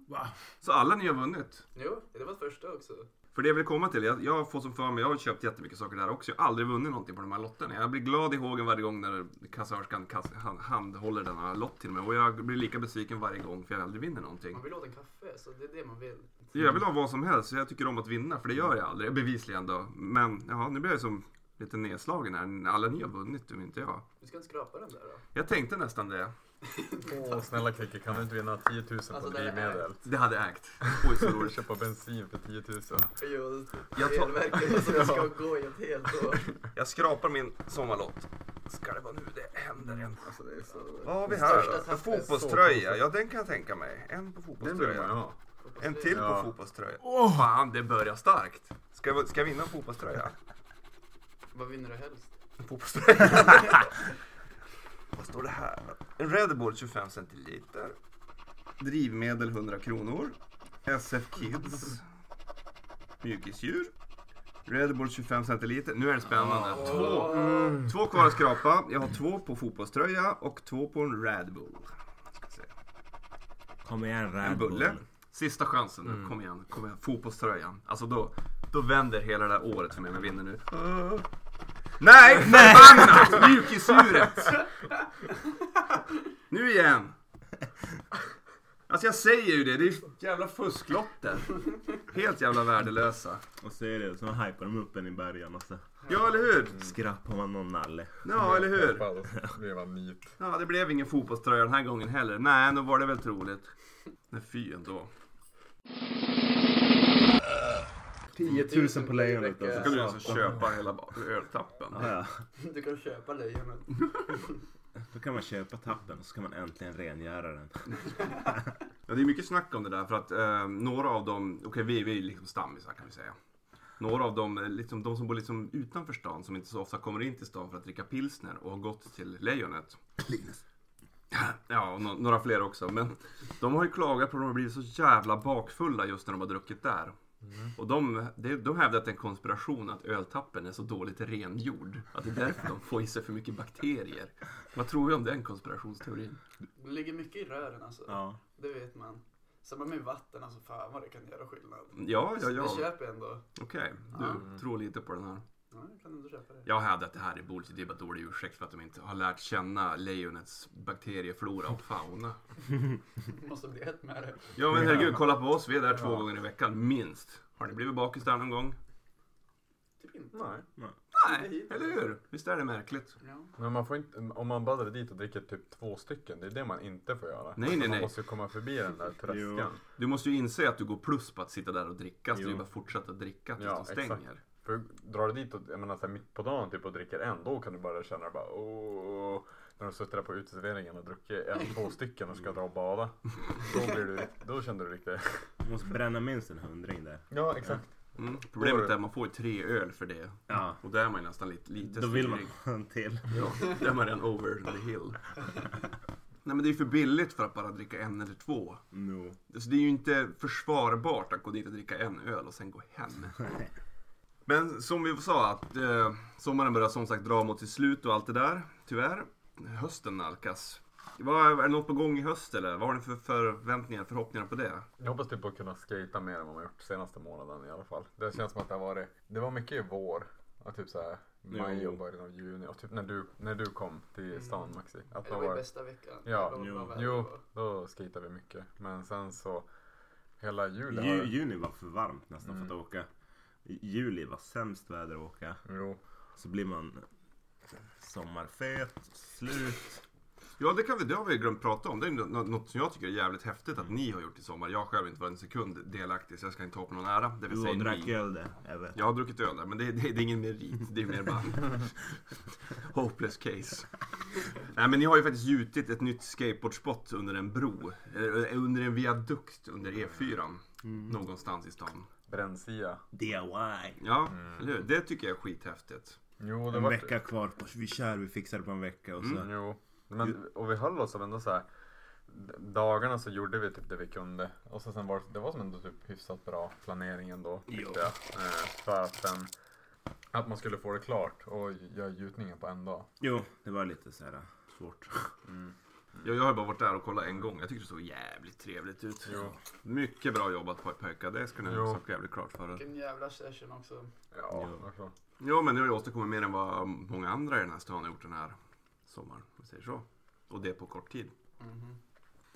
Speaker 6: Ja.
Speaker 2: Så alla ni har vunnit?
Speaker 6: Jo, det var första också.
Speaker 2: För det jag vill komma till, jag, jag får som för mig, jag har köpt jättemycket saker där också. Jag har aldrig vunnit någonting på de här lotterna. Jag blir glad i hågen varje gång när kassörskan kass, hand, handhåller denna lott till mig. Och jag blir lika besviken varje gång för jag aldrig vinner någonting.
Speaker 6: Man vill åt en kaffe, så det är det man vill.
Speaker 2: Jag vill ha vad som helst, så jag tycker om att vinna, för det gör jag aldrig. Bevisligen då. Men, ja, nu blir jag som lite nedslagen här. Alla ni har vunnit, du inte jag.
Speaker 6: Du ska inte skrapa den där då?
Speaker 2: Jag tänkte nästan det.
Speaker 3: Åh, snälla Kicki, kan du inte vinna 10 000 på
Speaker 6: Alltså, det är-
Speaker 3: drivmedel?
Speaker 2: Det hade ägt. Oj, så roligt.
Speaker 3: Köpa bensin för 10 000.
Speaker 6: Jo,
Speaker 2: Jag tar-
Speaker 6: elverket [LAUGHS] som ska gå i ett helt år.
Speaker 2: Jag skrapar min sommarlott. Ska det vara nu det händer en?
Speaker 6: Alltså, det är [LAUGHS] så...
Speaker 2: Vad har vi
Speaker 6: Det
Speaker 2: här
Speaker 6: största
Speaker 2: då? En
Speaker 6: tappet.
Speaker 2: fotbollströja. Ja, den kan jag tänka mig. En på
Speaker 3: Den vill man ju
Speaker 2: fotbollströja.
Speaker 3: ha.
Speaker 2: En till på
Speaker 3: Ja.
Speaker 2: fotbollströja. Åh, fan, det börjar starkt. Ska jag, ska jag vinna en fotbollströja?
Speaker 6: Vad vinner du helst?
Speaker 2: En [LAUGHS] fotbollströja. [LAUGHS] Vad står det här? En Red Bull 25 centiliter. Drivmedel 100 kronor. SF Kids. Mjukisdjur. Red Bull 25 centiliter. Nu är det spännande. Två, två kvar att skrapa. Jag har två på fotbollströja och två på en Red Bull. Ska se.
Speaker 4: Kom igen
Speaker 2: En
Speaker 4: Red Bull. Mm.
Speaker 2: bulle. Sista chansen nu. Kom igen. Kom igen. Fotbollströjan. Alltså då, då vänder hela det här året för mig om jag vinner
Speaker 4: [LAUGHS]
Speaker 2: nu. Nej! Förbannat! Mjukisuret! Nu igen! Alltså jag säger ju det, det är ju jävla fusklotter. Helt jävla värdelösa.
Speaker 4: Och så är det, så hypar de upp den i början och så
Speaker 2: Ja, eller hur?
Speaker 4: skrappar man någon nalle.
Speaker 2: Ja, eller hur?
Speaker 3: Fan, då blev han nit.
Speaker 2: Ja, det blev ingen fotbollströja den här gången heller. Nej, nu var det väl troligt. Men fy ändå.
Speaker 4: 10 000 på lejonet
Speaker 6: alltså.
Speaker 2: Då kan du alltså köpa hela ba- öltappen.
Speaker 4: Ja, ja.
Speaker 6: [LAUGHS] Du kan köpa lejonen.
Speaker 2: Mm.
Speaker 4: Då kan man köpa tappen och så kan man äntligen rengöra den.
Speaker 2: Ja, det är mycket snack om det där för att eh, några av dem, okej vi, vi är liksom stammisar kan vi säga. Några av dem, eh, liksom, de som bor liksom utanför stan som inte så ofta kommer in till stan för att dricka pilsner och har gått till Lejonet. [CLEARS THROAT] Ja, och no- några fler också. Men de har ju klagat på att de har blivit så jävla bakfulla just när de har druckit där. Och de, det- de hävdar att det är en konspiration att öltappen är så dåligt rengjord. Att det är därför de får i sig för mycket bakterier. Vad tror vi om den konspirationsteorin?
Speaker 6: Det ligger mycket i rören alltså.
Speaker 4: Ja.
Speaker 6: Det vet man. Samma med vatten, alltså fan vad det kan göra skillnad.
Speaker 2: Ja, ja,
Speaker 6: Så
Speaker 2: ja.
Speaker 6: Det köper jag ändå.
Speaker 2: Okej, du tror lite på den här.
Speaker 6: Ja, jag kan ändå köpa det.
Speaker 2: Jag hävdar att det här är bullshit, det är bara dålig ursäkt för att de inte har lärt känna lejonets bakterieflora och
Speaker 4: [LAUGHS]
Speaker 2: fauna.
Speaker 6: [LAUGHS] Måste bli ett med det.
Speaker 2: Ja men herregud, kolla på oss, vi är där två gånger i veckan, minst. Har ni blivit bakis där någon gång?
Speaker 6: Typ inte.
Speaker 3: Nej.
Speaker 2: Nej, eller hur? Visst är det märkligt?
Speaker 6: Ja.
Speaker 3: Men man får inte, om man badar dit och dricker typ två stycken, det är det man inte får göra.
Speaker 2: Nej, nej,
Speaker 3: man
Speaker 2: nej.
Speaker 3: måste ju komma förbi den där
Speaker 4: Jo.
Speaker 3: tröskeln.
Speaker 2: Du måste ju inse att du går plus på att sitta där och dricka, så det är ju
Speaker 4: Jo.
Speaker 2: bara att fortsätta dricka tills
Speaker 3: Ja,
Speaker 2: de stänger.
Speaker 3: exakt. För drar du dit och, jag menar, så här, mitt på dagen typ, och dricker en, då kan du börja känna bara åh. När du suttit där på uteserveringen och druckit en, två stycken och ska dra och bada. Då, blir du, då känner du riktigt...
Speaker 4: Man måste bränna minst en hundring där.
Speaker 3: Ja, exakt.
Speaker 2: Mm. Problemet är att man får ju tre öl för det.
Speaker 4: Ja.
Speaker 2: Och där är man ju nästan lite, lite
Speaker 4: Då vill man
Speaker 2: slirig.
Speaker 4: ha en till.
Speaker 2: Ja, där är man redan over the
Speaker 4: [LAUGHS]
Speaker 2: hill. Nej men det är ju för billigt för att bara dricka en eller två.
Speaker 4: No.
Speaker 2: Så Alltså, det är ju inte försvarbart att gå dit och dricka en öl och sen gå hem.
Speaker 4: [LAUGHS]
Speaker 2: Men som vi sa att eh, sommaren börjar som sagt dra mot sitt slut och allt det där, tyvärr. Hösten nalkas. Vad, är det något på gång i höst eller? Vad har ni för förväntningar, förhoppningar på det?
Speaker 3: Jag hoppas typ att kunna skata mer än vad man gjort senaste månaden i alla fall. Det känns som att det har varit, det var mycket i vår. Och typ såhär maj
Speaker 4: Jo.
Speaker 3: och början av juni. Och typ när du, när du kom till stan Maxi. Att
Speaker 6: Mm. Det
Speaker 3: man
Speaker 6: var ju
Speaker 3: var-
Speaker 6: bästa veckan.
Speaker 3: Ja,
Speaker 6: Jävlar vad
Speaker 4: jo.
Speaker 6: bra väder det
Speaker 3: Jo,
Speaker 6: var.
Speaker 3: då skejtade vi mycket. Men sen så hela juli
Speaker 4: Ju,
Speaker 3: har...
Speaker 4: juni var för varmt nästan för att åka. Juli var sämst väder att åka.
Speaker 3: Jo,
Speaker 4: Så blir man sommarfet, slut.
Speaker 2: Ja, det, kan vi, det har vi glömt prata om. Det är nå- nå- något som jag tycker är jävligt häftigt att ni har gjort i sommar. Jag har själv inte varit en sekund delaktig så jag ska inte ta på någon ära. Det vill
Speaker 4: Du
Speaker 2: säga
Speaker 4: och drack
Speaker 2: ni.
Speaker 4: öl där, jag vet.
Speaker 2: Jag har druckit öl där, men det, det, det är ingen merit. Det är mer bara hopeless case. Nej, men ni har ju faktiskt gjutit ett nytt skateboardspot under en bro. Eller, eh, Under en viadukt under E4. Någonstans i stan.
Speaker 3: brännsia.
Speaker 4: DIY.
Speaker 2: Ja,
Speaker 3: Mm.
Speaker 2: eller hur? Det tycker jag är skithäftigt.
Speaker 3: Jo, det
Speaker 4: En
Speaker 3: var... Mm.
Speaker 4: vecka kvar, på, vi kör, vi fixar det på en vecka och så.
Speaker 3: Jo. Men, och vi höll oss ändå så här. d- Dagarna så gjorde vi typ det vi kunde. Och så sen var det, det var som ändå typ hyfsat bra planering ändå.
Speaker 4: Jo.
Speaker 3: Tyckte jag. Eh, för att sen... Att man skulle få det klart och göra gjutningen på en dag.
Speaker 4: Jo, det var lite så här äh, svårt.
Speaker 2: Jag, jag har bara varit där och kollat en gång. Jag tycker det såg jävligt trevligt ut.
Speaker 3: Jo.
Speaker 2: Mycket bra jobbat på pojkar. Det ska ni
Speaker 3: Jo.
Speaker 2: ha sagt jävligt klart för er.
Speaker 6: Vilken jävla session också.
Speaker 3: Ja,
Speaker 4: Jo.
Speaker 3: alltså.
Speaker 2: Ja, men ni har ju åstadkommit mer än vad många andra i den här stan har gjort den här sommaren. Om vi säger så. Och det på kort tid.
Speaker 6: Mhm.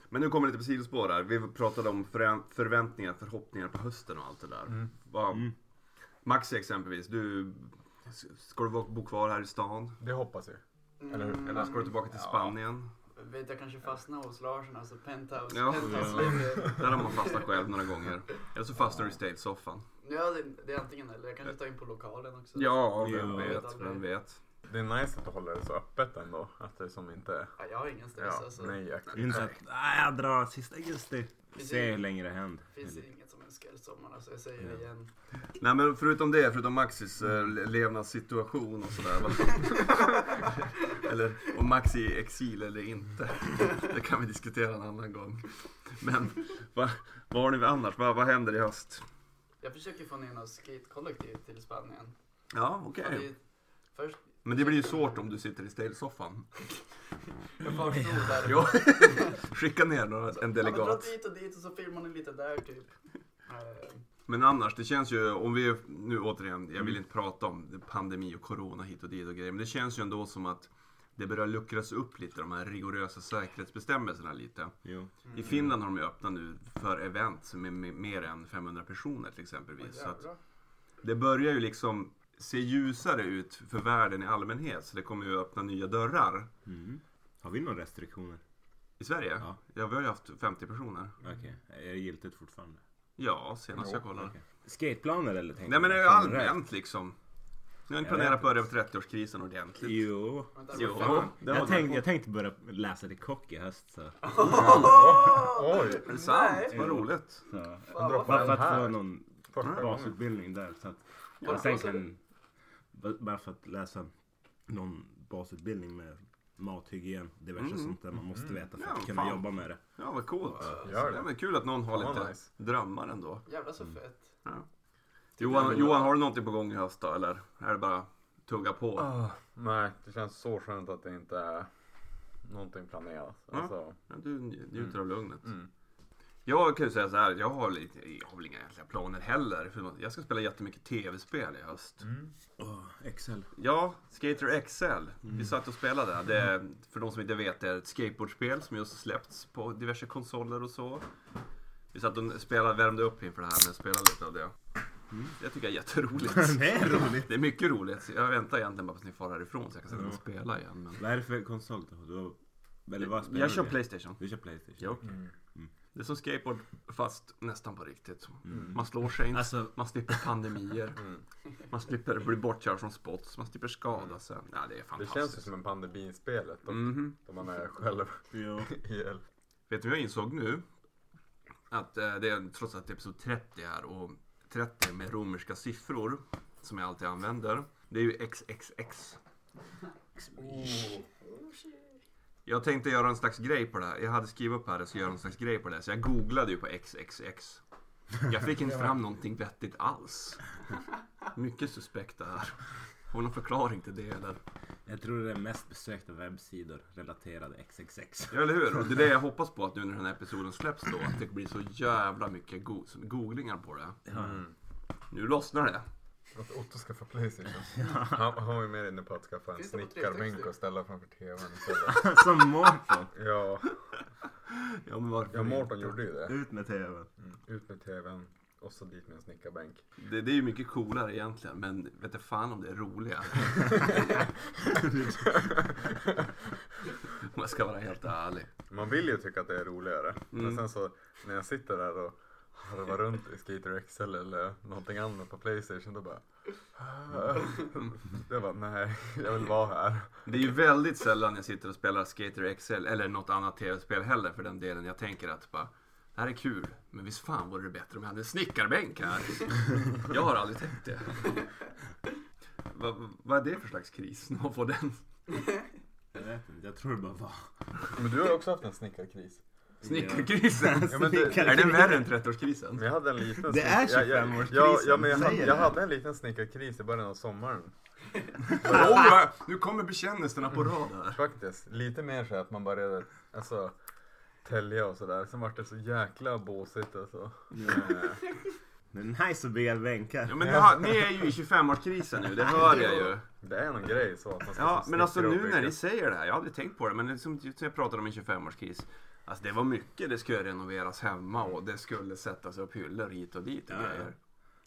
Speaker 2: Men nu kommer det lite på sidospår här. Vi pratade om förä- Mm. förväntningar, förhoppningar på hösten och allt det där. Vad- Maxi exempelvis, du S- Ska du bo- bo kvar här i stan?
Speaker 3: Det hoppas jag. Eller hur?
Speaker 6: Mm,
Speaker 2: Eller ska du tillbaka till
Speaker 3: Ja.
Speaker 2: Spanien?
Speaker 6: Vet Mm, jag kanske fastnar hos Larsson, alltså penthouse.
Speaker 2: Ja.
Speaker 6: penthouse ja.
Speaker 2: Där har man fastnat själv några gånger. Eller så fastnar du i States-soffan.
Speaker 6: ja, det, det är antingen eller. Jag kanske tar in på lokalen också.
Speaker 2: Ja,
Speaker 4: Ja.
Speaker 2: vem vet, vem vet.
Speaker 3: Det är nice att du håller det så öppet ändå. Att det som inte...
Speaker 6: Ja, jag har ingen stress
Speaker 3: Ja,
Speaker 6: alltså.
Speaker 3: nej, jag
Speaker 4: Det är inte så att, nej jag drar sista augusti.
Speaker 6: Precis.
Speaker 4: Se hur länge det händer.
Speaker 6: Finns det inget som älskar sommaren, alltså jag säger det igen.
Speaker 2: Nej men förutom det, förutom Maxis eh, le- levnadssituation och sådär. vad- [LAUGHS] eller om Maxi är i exil eller inte. [LAUGHS] Det kan vi diskutera en annan gång. Men vad vad har ni annars? Vad, vad händer i höst?
Speaker 6: Jag försöker få ner något skatekollektiv till Spanien.
Speaker 2: Ja, okej.
Speaker 6: Och det- Först,
Speaker 2: Men det blir ju svårt om du sitter i States-soffan.
Speaker 6: jag bara stod där.
Speaker 2: Ja. [LAUGHS] Skicka ner några, en
Speaker 6: Ja, men
Speaker 2: delegat.
Speaker 6: dra dit och dit och så filmar ni lite där typ. Eh,
Speaker 2: Men annars, det känns ju, om vi nu återigen, jag vill inte prata om pandemi och corona hit och dit och grejer, men det känns ju ändå som att det börjar luckras upp lite, de här rigorösa säkerhetsbestämmelserna lite.
Speaker 4: Jo.
Speaker 2: I Finland har de ju öppnat nu för event med, med mer än 500 personer till exempelvis. Så att
Speaker 6: jävlar.
Speaker 2: det börjar ju liksom se ljusare ut för världen i allmänhet, så det kommer ju öppna nya dörrar
Speaker 4: Mm. Har vi några restriktioner?
Speaker 2: i Sverige.
Speaker 4: Ja.
Speaker 2: Ja. vi har ju haft 50 personer.
Speaker 4: Okej, är det giltigt fortfarande?
Speaker 2: Ja, senast
Speaker 3: Ja,
Speaker 2: jag kollade.
Speaker 4: Okej. Skateplaner eller tänker
Speaker 2: Nej men det
Speaker 4: du
Speaker 2: är ju
Speaker 4: generellt?
Speaker 2: allmänt liksom. Nu har ni
Speaker 4: Jag
Speaker 2: planerat
Speaker 4: vet
Speaker 2: på över 30-årskrisen ordentligt.
Speaker 4: Jo.
Speaker 6: Vänta,
Speaker 2: Jo.
Speaker 6: vad fan?
Speaker 2: det var
Speaker 4: Jag
Speaker 2: det.
Speaker 4: tänkte, jag tänkte börja läsa till kock i höst så.
Speaker 3: Oj!
Speaker 2: Är det sant?
Speaker 6: Nej.
Speaker 2: Vad roligt.
Speaker 4: så.
Speaker 6: Fan, vad
Speaker 3: Bara
Speaker 6: fan.
Speaker 3: den
Speaker 4: Bara för att få
Speaker 3: här.
Speaker 4: någon
Speaker 3: Första gången.
Speaker 4: basutbildning där. Så att
Speaker 6: Ja. alltså-
Speaker 4: och sen kan, b- bara för att läsa någon basutbildning med mathygien, diverse
Speaker 6: Mm.
Speaker 4: sånt där man måste veta för att
Speaker 2: Ja,
Speaker 4: kunna
Speaker 2: fan.
Speaker 4: jobba med det.
Speaker 2: Ja, vad coolt. Ja,
Speaker 3: Gör det.
Speaker 2: men kul att någon har
Speaker 3: Fan, vad
Speaker 2: lite
Speaker 3: nice.
Speaker 2: drömmar ändå.
Speaker 6: Jävlar så fett.
Speaker 2: Johan, Johan, har du någonting på gång i höst då, eller? Är det bara tugga på?
Speaker 3: Ah, nej, det känns så skönt att det inte är någonting planerat.
Speaker 2: Ja.
Speaker 3: Alltså,
Speaker 2: Ja, Du nj- njuter av lugnet.
Speaker 3: Mm.
Speaker 2: Jag kan ju säga så här, jag har, lite, jag har väl inga egentliga planer heller. För jag ska spela jättemycket tv-spel i höst.
Speaker 3: Mm.
Speaker 4: Åh, Excel.
Speaker 2: Ja, Skater XL.
Speaker 3: Mm.
Speaker 2: Vi satt och spelade. Det är, för de som inte vet, det är ett skateboardspel som just släppts på diverse konsoler och så. Vi satt och spelade, värmde upp inför det här men spelade lite av det.
Speaker 3: Mm.
Speaker 2: Det tycker jag är
Speaker 3: [LAUGHS]
Speaker 2: jätteroligt.
Speaker 4: Det [LAUGHS] är roligt.
Speaker 2: Det är mycket roligt. Jag väntar egentligen bara på att ni far härifrån så jag kan sätta mig och spela igen. Men...
Speaker 4: Vad är det för konsol då? Du, eller vad spelar
Speaker 2: Jag
Speaker 4: du
Speaker 2: kör
Speaker 4: med?
Speaker 2: Playstation.
Speaker 4: Du kör Playstation?
Speaker 2: Ja, okej. Mm. Det är som skateboard fast nästan på riktigt.
Speaker 3: Mm.
Speaker 2: Man slår sig inte,
Speaker 4: Alltså-
Speaker 2: man slipper pandemier, man slipper bli bortkörd från spots, man slipper skada sig. Ja, det är
Speaker 3: Mm. det
Speaker 2: fantastiskt.
Speaker 3: känns ju som en pandemispelet. Då,
Speaker 4: Mm-hmm.
Speaker 2: Mhm.
Speaker 3: då man är själv
Speaker 6: [LAUGHS]
Speaker 4: Jo.
Speaker 3: i el.
Speaker 2: Vet du vad jag insåg nu? Att eh, det är trots att det är episod 30 här och 30 med romerska siffror som jag alltid använder. Det är ju XXX. Jag tänkte göra en slags grej på det här. Jag hade skrivit upp här att jag ska göra en slags grej på det här. Så jag googlade ju på XXX. Jag fick inte fram någonting vettigt alls. Mycket suspekt det här. Har du någon förklaring till det eller?
Speaker 4: Jag tror det är mest besökta webbsidor relaterade XXX.
Speaker 2: Ja, eller hur? Och det är det jag hoppas på att nu när den här episoden släpps då, att det blir så jävla mycket go- googlingar på det.
Speaker 3: Mm.
Speaker 2: Nu lossnar det.
Speaker 3: Att Otto ska få Playstation. Han, han var ju mer inne på att skaffa en
Speaker 6: Finns det på
Speaker 3: snickarmink
Speaker 6: 360?
Speaker 3: och ställa framför tvn istället.
Speaker 4: [LAUGHS] [LAUGHS] Som Mårten.
Speaker 3: Ja,
Speaker 2: Ja, men varför
Speaker 3: ja Mårten gjorde ju det. Mm.
Speaker 4: Ut med tvn.
Speaker 3: Ut med tvn och så dit med en snickarbänk.
Speaker 2: det? Det är ju mycket coolare egentligen, men vet du fan om det är roligare. om jag ska vara helt ärlig.
Speaker 3: Man vill ju tycka att det är roligare. Men sen så när jag sitter där och harvar runt i Skater XL eller någonting annat på Playstation då bara... Jag bara, nej, jag vill vara här.
Speaker 2: Det är ju väldigt sällan jag sitter och spelar Skater XL eller något annat tv-spel heller för den delen. Jag tänker att bara, det här är kul, men visst fan vore det bättre om jag hade en snickarbänk här. Jag har aldrig tänkt det. Vad, vad är det för slags kris? Vad får den?
Speaker 4: Jag vet inte, jag tror det bara var.
Speaker 3: Men du har ju också haft en snickarkris.
Speaker 2: Snickarkrisen?
Speaker 3: Ja, men det,
Speaker 2: Är den värre än 30-årskrisen?
Speaker 3: men jag hade en liten
Speaker 4: Det är
Speaker 3: snick- jag- jag-
Speaker 4: 25-årskrisen,
Speaker 3: Ja, ja, men jag, hade-
Speaker 4: säger
Speaker 3: jag
Speaker 4: det.
Speaker 3: hade en liten snickarkris i början av sommaren.
Speaker 2: Oh, nu kommer bekännelserna på rad här.
Speaker 3: Faktiskt. Lite mer så här att man började alltså, tälja och sådär. Sen vart det så jäkla båsigt alltså.
Speaker 4: Det är nice att bygga bänkar.
Speaker 2: Ja, men ni, har, ni är ju i 25-årskrisen nu, det hör jag ju.
Speaker 3: Det är någon grej så att man ska
Speaker 2: Ja,
Speaker 3: som
Speaker 2: men alltså
Speaker 3: snickare
Speaker 2: nu när
Speaker 3: bygga.
Speaker 2: ni säger det här, jag hade tänkt på det, men liksom, jag pratade om en 25-årskris. Alltså det var mycket, det skulle renoveras hemma och det skulle sättas upp hyllor hit och dit och
Speaker 4: Ja, ja.
Speaker 2: grejer.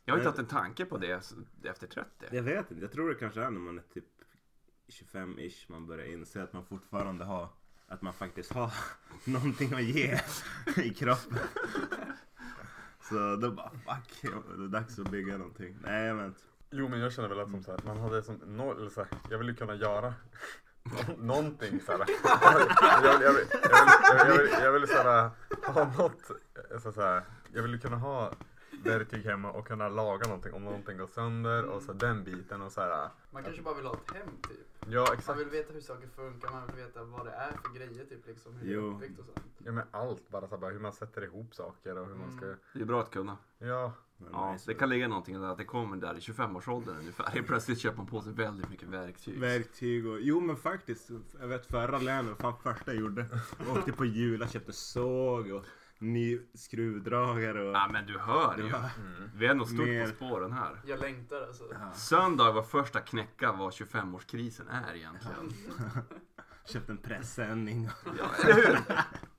Speaker 2: Jag har inte haft en tanke på det s- efter 30.
Speaker 4: Jag vet inte, jag tror det kanske är när man är typ 25-ish man börjar inse att man fortfarande har att man faktiskt har [LAUGHS] någonting att ge i kroppen. Så då bara fuck, det är dags att bygga någonting. Nej jag vet inte.
Speaker 3: Jo men jag känner väl att som så här, man hade som noll, eller så här, jag vill ju kunna göra [LAUGHS] någonting så här. Jag vill, jag vill, jag vill, jag vill, jag vill, jag vill så här, ha något, så så här, jag vill ju kunna ha verktyg hemma och kunna laga någonting om någonting går sönder och så här, den biten och så här.
Speaker 6: Man kanske bara vill ha ett hem typ.
Speaker 3: Ja
Speaker 6: Man
Speaker 3: exakt,
Speaker 6: vill veta hur saker funkar, man vill veta vad det är för grejer typ liksom. Hur det
Speaker 4: Jo.
Speaker 6: är uppbyggt och sånt.
Speaker 3: ja, men allt bara, så här, bara hur man sätter ihop saker och hur man ska,
Speaker 2: Det är bra att kunna.
Speaker 3: ja.
Speaker 4: Men
Speaker 2: Ja,
Speaker 4: nice.
Speaker 2: det kan ligga någonting där att det kommer där i 25-årsåldern ungefär. [LAUGHS] Helt plötsligt köper man på sig väldigt mycket verktyg.
Speaker 4: Verktyg och... Jo men faktiskt, jag vet förra länet, fan första jag gjorde. Jag åkte på Jula, köpte såg och ny skruvdragare och...
Speaker 2: Ja men du hör ju. Vi är nog stort
Speaker 4: Mer.
Speaker 2: på spåren här.
Speaker 6: Jag längtar alltså.
Speaker 2: Söndag var första knäcka vad 25-årskrisen är egentligen.
Speaker 4: [LAUGHS] Köpte en presenning och... [LAUGHS]
Speaker 2: [LAUGHS] Eller hur?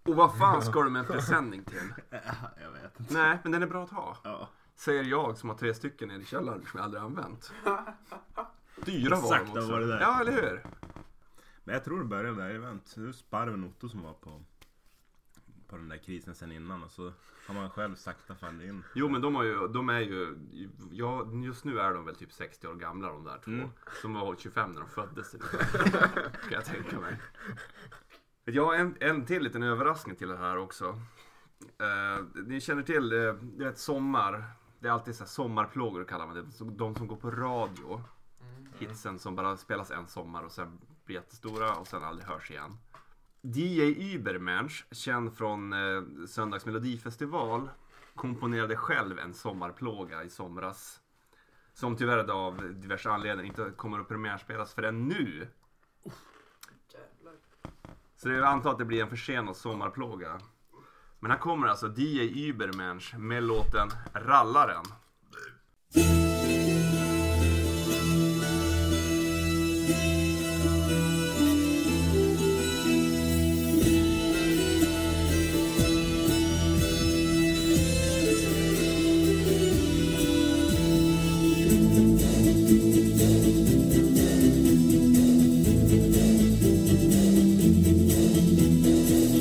Speaker 2: Och vad fan ska du med en presenning till?
Speaker 4: Ja, jag vet inte.
Speaker 2: Nej, men den är bra att ha.
Speaker 4: Ja.
Speaker 2: Säger jag som har tre stycken nere i källaren som jag aldrig har använt. Dyra var
Speaker 4: Exakt,
Speaker 2: de också.
Speaker 4: vad var det där?
Speaker 2: Ja, eller hur?
Speaker 4: Men jag tror det började där, jag vet inte. Det var Sparven Otto som var på, på den där krisen sen innan och så har man själv sakta fallit in.
Speaker 2: Jo, men de, har ju, de är ju... Ja, just nu är de väl typ 60 år gamla de där två.
Speaker 4: Mm.
Speaker 2: Som var 25 när de föddes. ungefär. kan jag tänka mig. Jag har en, en till liten överraskning till det här också. Eh, ni känner till, eh, det är ett sommar. Det är alltid så här sommarplågor kallar man det. Så De som går på radio. Hitsen som bara spelas en sommar och sen blir jättestora och sen aldrig hörs igen. DJ Übermensch, känd från eh, söndags melodifestival, komponerade själv en sommarplåga i somras. Som tyvärr av diverse anledningar inte kommer att premiärspelas förrän nu.
Speaker 6: Jävlar.
Speaker 2: Så det är antar att det blir en försenad sommarplåga. Men här kommer alltså DJ Übermensch med låten Rallaren.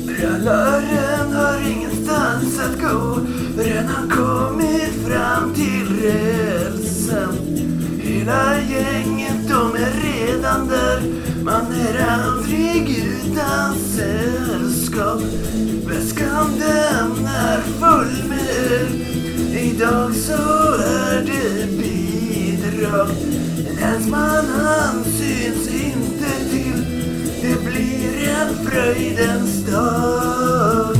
Speaker 7: Rallaren har ingenstans att gå Den har kommit fram till rälsen Hela gänget de är redan där Man är aldrig utan sällskap Väskan den är full med öl Idag så är det bidrag Länsman han syns inte till det blir en fröjdens dag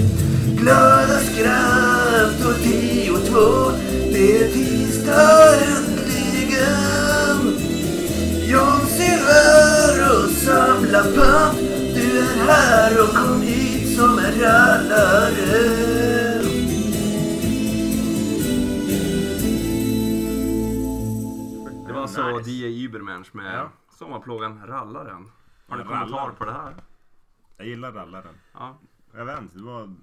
Speaker 7: Glada skratt och tio och två Det är tisdag äntligen John ser här och samlar pant Du är här och kom hit som en rallare
Speaker 2: Det var alltså
Speaker 4: Nice.
Speaker 2: DJ Übermensch med sommarplågan Rallaren. Har ni
Speaker 4: Ja,
Speaker 2: kommentar
Speaker 4: Rallaren.
Speaker 2: på det här?
Speaker 4: Jag gillar rallaren.
Speaker 2: Ja.
Speaker 4: Jag vet inte, det var...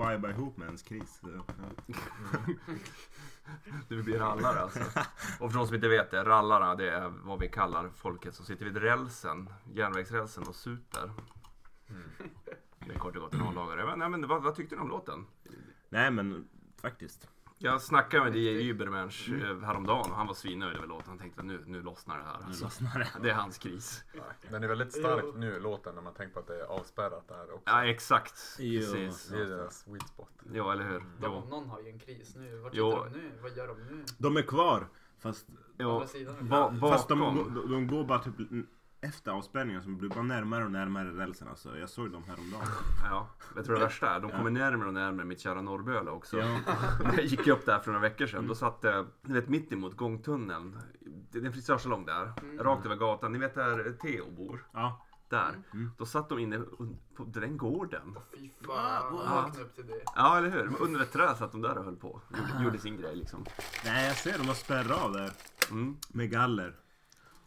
Speaker 4: Vibe ihop med ens kris. Så, ja.
Speaker 2: Du blir rallare alltså. Och för de som inte vet det, rallarna det är vad vi kallar folket som sitter vid rälsen, järnvägsrälsen och super. Det är kort och gott en avlagare. Men, nej, men vad, vad tyckte ni om låten?
Speaker 4: Nej men faktiskt.
Speaker 2: Jag snackade med DJ Übermensch eh, häromdagen och han var svinnöjd över låten. Han tänkte nu, nu lossnar det här. Alltså. Det är hans kris.
Speaker 3: Den är väldigt stark nu låten när man tänker på att det är avspärrat där också.
Speaker 2: Ja exakt.
Speaker 4: Jo.
Speaker 2: Precis.
Speaker 3: Det är deras sweet spot.
Speaker 2: Ja eller hur.
Speaker 6: De,
Speaker 2: Jo.
Speaker 6: Någon har ju en kris nu. Vart
Speaker 2: Jo.
Speaker 6: sitter de nu? Vad gör de nu?
Speaker 4: De är kvar fast,
Speaker 6: Å
Speaker 2: Jo.
Speaker 6: andra sidan.
Speaker 2: Ba,
Speaker 4: fast de,
Speaker 2: bakom.
Speaker 4: går- de går bara typ efter avspänningen som blir bara närmare och närmare rälsen alltså. Jag såg dem häromdagen.
Speaker 2: Ja, jag tror det värsta är, de kommer närmare och närmare mitt kära Norrböla också. Jag gick ju upp där för några veckor sedan, då satt jag ni vet, mitt emot gångtunneln. Det är en frisörsalong där, rakt över gatan. Ni vet där Theo bor?
Speaker 4: Ja.
Speaker 2: Där. Då satt de inne un- på den gården.
Speaker 6: Fy fan, vakna upp till det.
Speaker 2: Ja, eller hur? Under ett träd satt de där och höll på. Gjorde, gjorde sin grej liksom.
Speaker 4: Nej jag ser dem har spärrat av där.
Speaker 2: Mm.
Speaker 4: Med galler.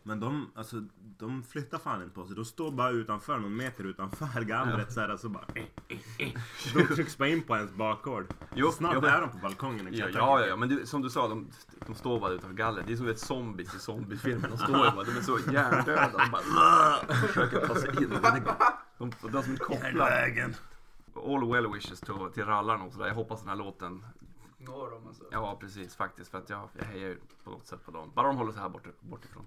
Speaker 4: Men de, alltså, de flyttar fan inte på sig. De står bara utanför, någon meter utanför gallret såhär. Alltså bara...
Speaker 2: Eh,
Speaker 4: De trycks bara in på ens bakgård.
Speaker 2: Jo,
Speaker 4: Snabbt
Speaker 2: jo, men-
Speaker 4: är de på balkongen. kan
Speaker 2: Ja,
Speaker 4: jag
Speaker 2: ja,
Speaker 4: tänka.
Speaker 2: ja, men du, som du sa, de, de står bara utanför gallret. Det är som ett zombies i zombiefilmer. De står ju bara, de är så hjärndöda. De bara försöker ta sig in. De, de, de, de som är kopplade.
Speaker 4: Vägen.
Speaker 2: All well wishes to, till rallarna och sådär. Jag hoppas den här låten,
Speaker 6: Når dem alltså.
Speaker 2: ja precis faktiskt, för att jag, jag hejar ju på något sätt på dem. Bara de håller sig här bort, bortifrån.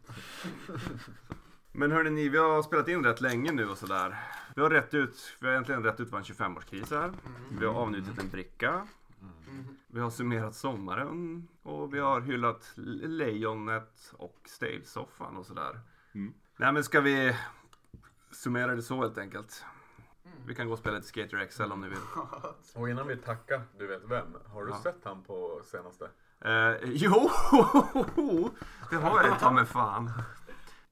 Speaker 2: [LAUGHS] Men hörni ni, vi har spelat in rätt länge nu och sådär. Vi har rätt ut, vi har egentligen rätt ut vad en 25-årskris är. Vi har avnjutit en bricka. Vi har summerat sommaren och vi har hyllat Le- lejonet och Stale-soffan och sådär.
Speaker 4: Mm.
Speaker 2: Nej men ska vi summera det så helt enkelt? Vi kan gå och spela lite Skater XL om ni vill.
Speaker 3: Och innan vi tackar, du vet vem, har du
Speaker 2: Ja.
Speaker 3: sett han på senaste?
Speaker 2: Eh, [LAUGHS] jo, det har jag ju ta mig fan.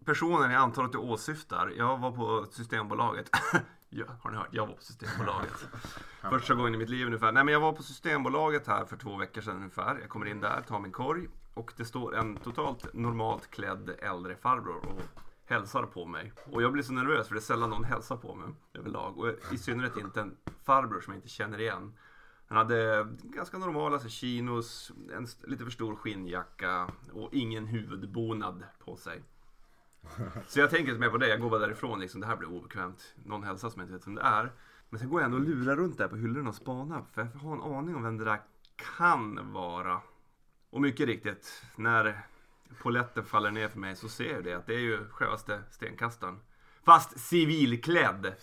Speaker 2: Personen jag antar att du åsyftar, jag var på Systembolaget. [LAUGHS] ja, har ni hört? Jag var på Systembolaget. Första gången i mitt liv ungefär. Nej men jag var på Systembolaget här för två veckor sedan ungefär. Jag kommer in där, tar min korg och det står en totalt normalt klädd äldre farbror och hälsar på mig. Och jag blir så nervös för det är sällan någon hälsar på mig överlag. Och i synnerhet inte en farbror som jag inte känner igen. Han hade ganska normala alltså, chinos, en st- lite för stor skinnjacka och ingen huvudbonad på sig. Så jag tänker inte mer på det, jag går bara därifrån liksom, det här blir obekvämt. Någon hälsar som jag inte vet vem det är. Men sen går jag ändå och lurar runt där på hyllorna och spanar, för jag har en aning om vem det där kan vara. Och mycket riktigt, när poletten faller ner för mig så ser jag det, att det är ju självaste stenkastaren. Fast civilklädd!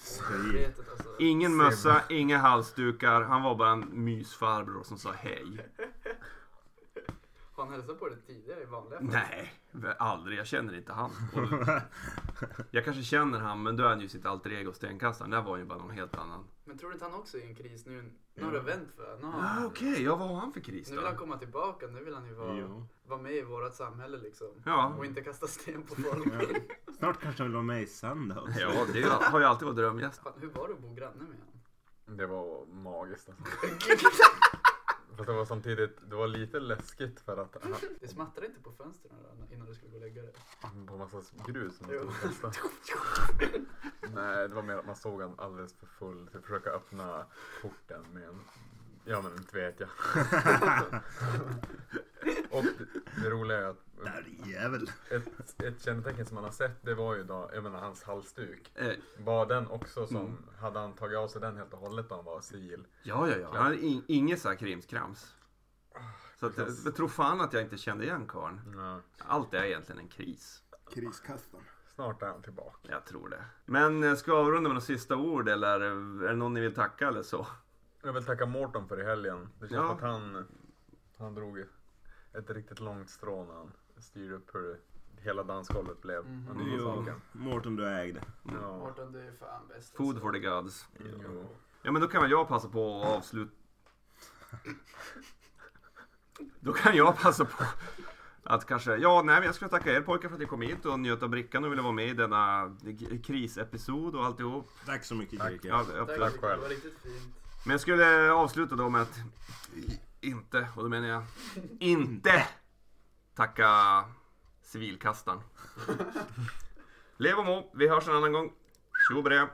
Speaker 6: Vetet alltså.
Speaker 2: Ingen mössa, inga halsdukar. Han var bara en mysfarbror som sa hej.
Speaker 6: Har han hälsat på dig tidigare i vanliga fall?
Speaker 2: Nej, aldrig. Jag känner inte [LAUGHS] han. Och jag kanske känner han, men då är han ju sitt alter ego stenkastaren. Där var han ju bara någon helt annan.
Speaker 6: Men tror du inte han också är i en kris nu? Nu har det vänt för honom.
Speaker 2: Ah, Okej, ja, vad har han för kris
Speaker 6: Nu vill han
Speaker 2: då?
Speaker 6: komma tillbaka, nu vill han ju vara,
Speaker 4: Jo.
Speaker 6: vara med i vårt samhälle liksom.
Speaker 2: Ja.
Speaker 6: Och inte kasta sten
Speaker 2: [LAUGHS]
Speaker 6: på folk.
Speaker 4: Snart kanske han vill vara med i Sanda också.
Speaker 2: Ja, det har ju alltid varit drömgäst.
Speaker 6: Fan, hur var det att bo granne med honom?
Speaker 3: Det var magiskt alltså. Fast det var samtidigt, det var lite läskigt för att han,
Speaker 6: Det smattrade inte på fönstren då, innan du skulle gå och lägga dig.
Speaker 3: på massa grus som
Speaker 6: Jo. [LAUGHS]
Speaker 3: stod och kastade. Nej, det var mer att man såg han alldeles för full. Typ försöka öppna porten med en, ja men inte vet jag. och det, det roliga är att
Speaker 4: Jävel.
Speaker 3: ett, ett kännetecken som man har sett det var ju då, jag menar hans halsduk.
Speaker 2: Eh,
Speaker 3: Var den också som, hade han tagit av sig den helt och hållet då han var civil?
Speaker 2: ja, ja, ja. Han hade in, inget så här krimskrams. Så att,
Speaker 3: Precis.
Speaker 2: jag tror fan att jag inte kände igen karln.
Speaker 3: Ja.
Speaker 2: Allt är egentligen en kris.
Speaker 4: Kriskastan.
Speaker 3: Snart är han tillbaka.
Speaker 2: Jag tror det. Men eh, ska jag avrunda med några sista ord eller är det någon ni vill tacka eller så?
Speaker 3: Jag vill tacka Mårten för i helgen. Det känns
Speaker 2: Ja.
Speaker 3: som att han, han drog ett riktigt långt strå när han styrde upp hur hela dansgolvet blev. Den nya
Speaker 4: Jo.
Speaker 3: saken.
Speaker 4: Mårten du ägde.
Speaker 3: Ja.
Speaker 6: Mårten, du är fan bäst. alltså.
Speaker 2: Food for the gods.
Speaker 3: Jo.
Speaker 2: Ja men då kan väl jag passa på att avsluta. Då kan jag passa på att kanske, ja nej men jag skulle tacka er pojkar för att ni kom hit och njöt av brickan och ville vara med i denna k- krisepisod och alltihop.
Speaker 4: Tack så mycket
Speaker 3: Tack.
Speaker 2: Ja,
Speaker 4: Krika.
Speaker 2: ja,
Speaker 6: Tack,
Speaker 2: tack.
Speaker 6: Rickard,
Speaker 3: själv.
Speaker 6: Det var riktigt fint.
Speaker 2: Men jag skulle avsluta då med att i- inte, och då menar jag INTE tacka [LAUGHS] civilkastaren. Lev och må, vi hörs en annan gång. Tjo och bre.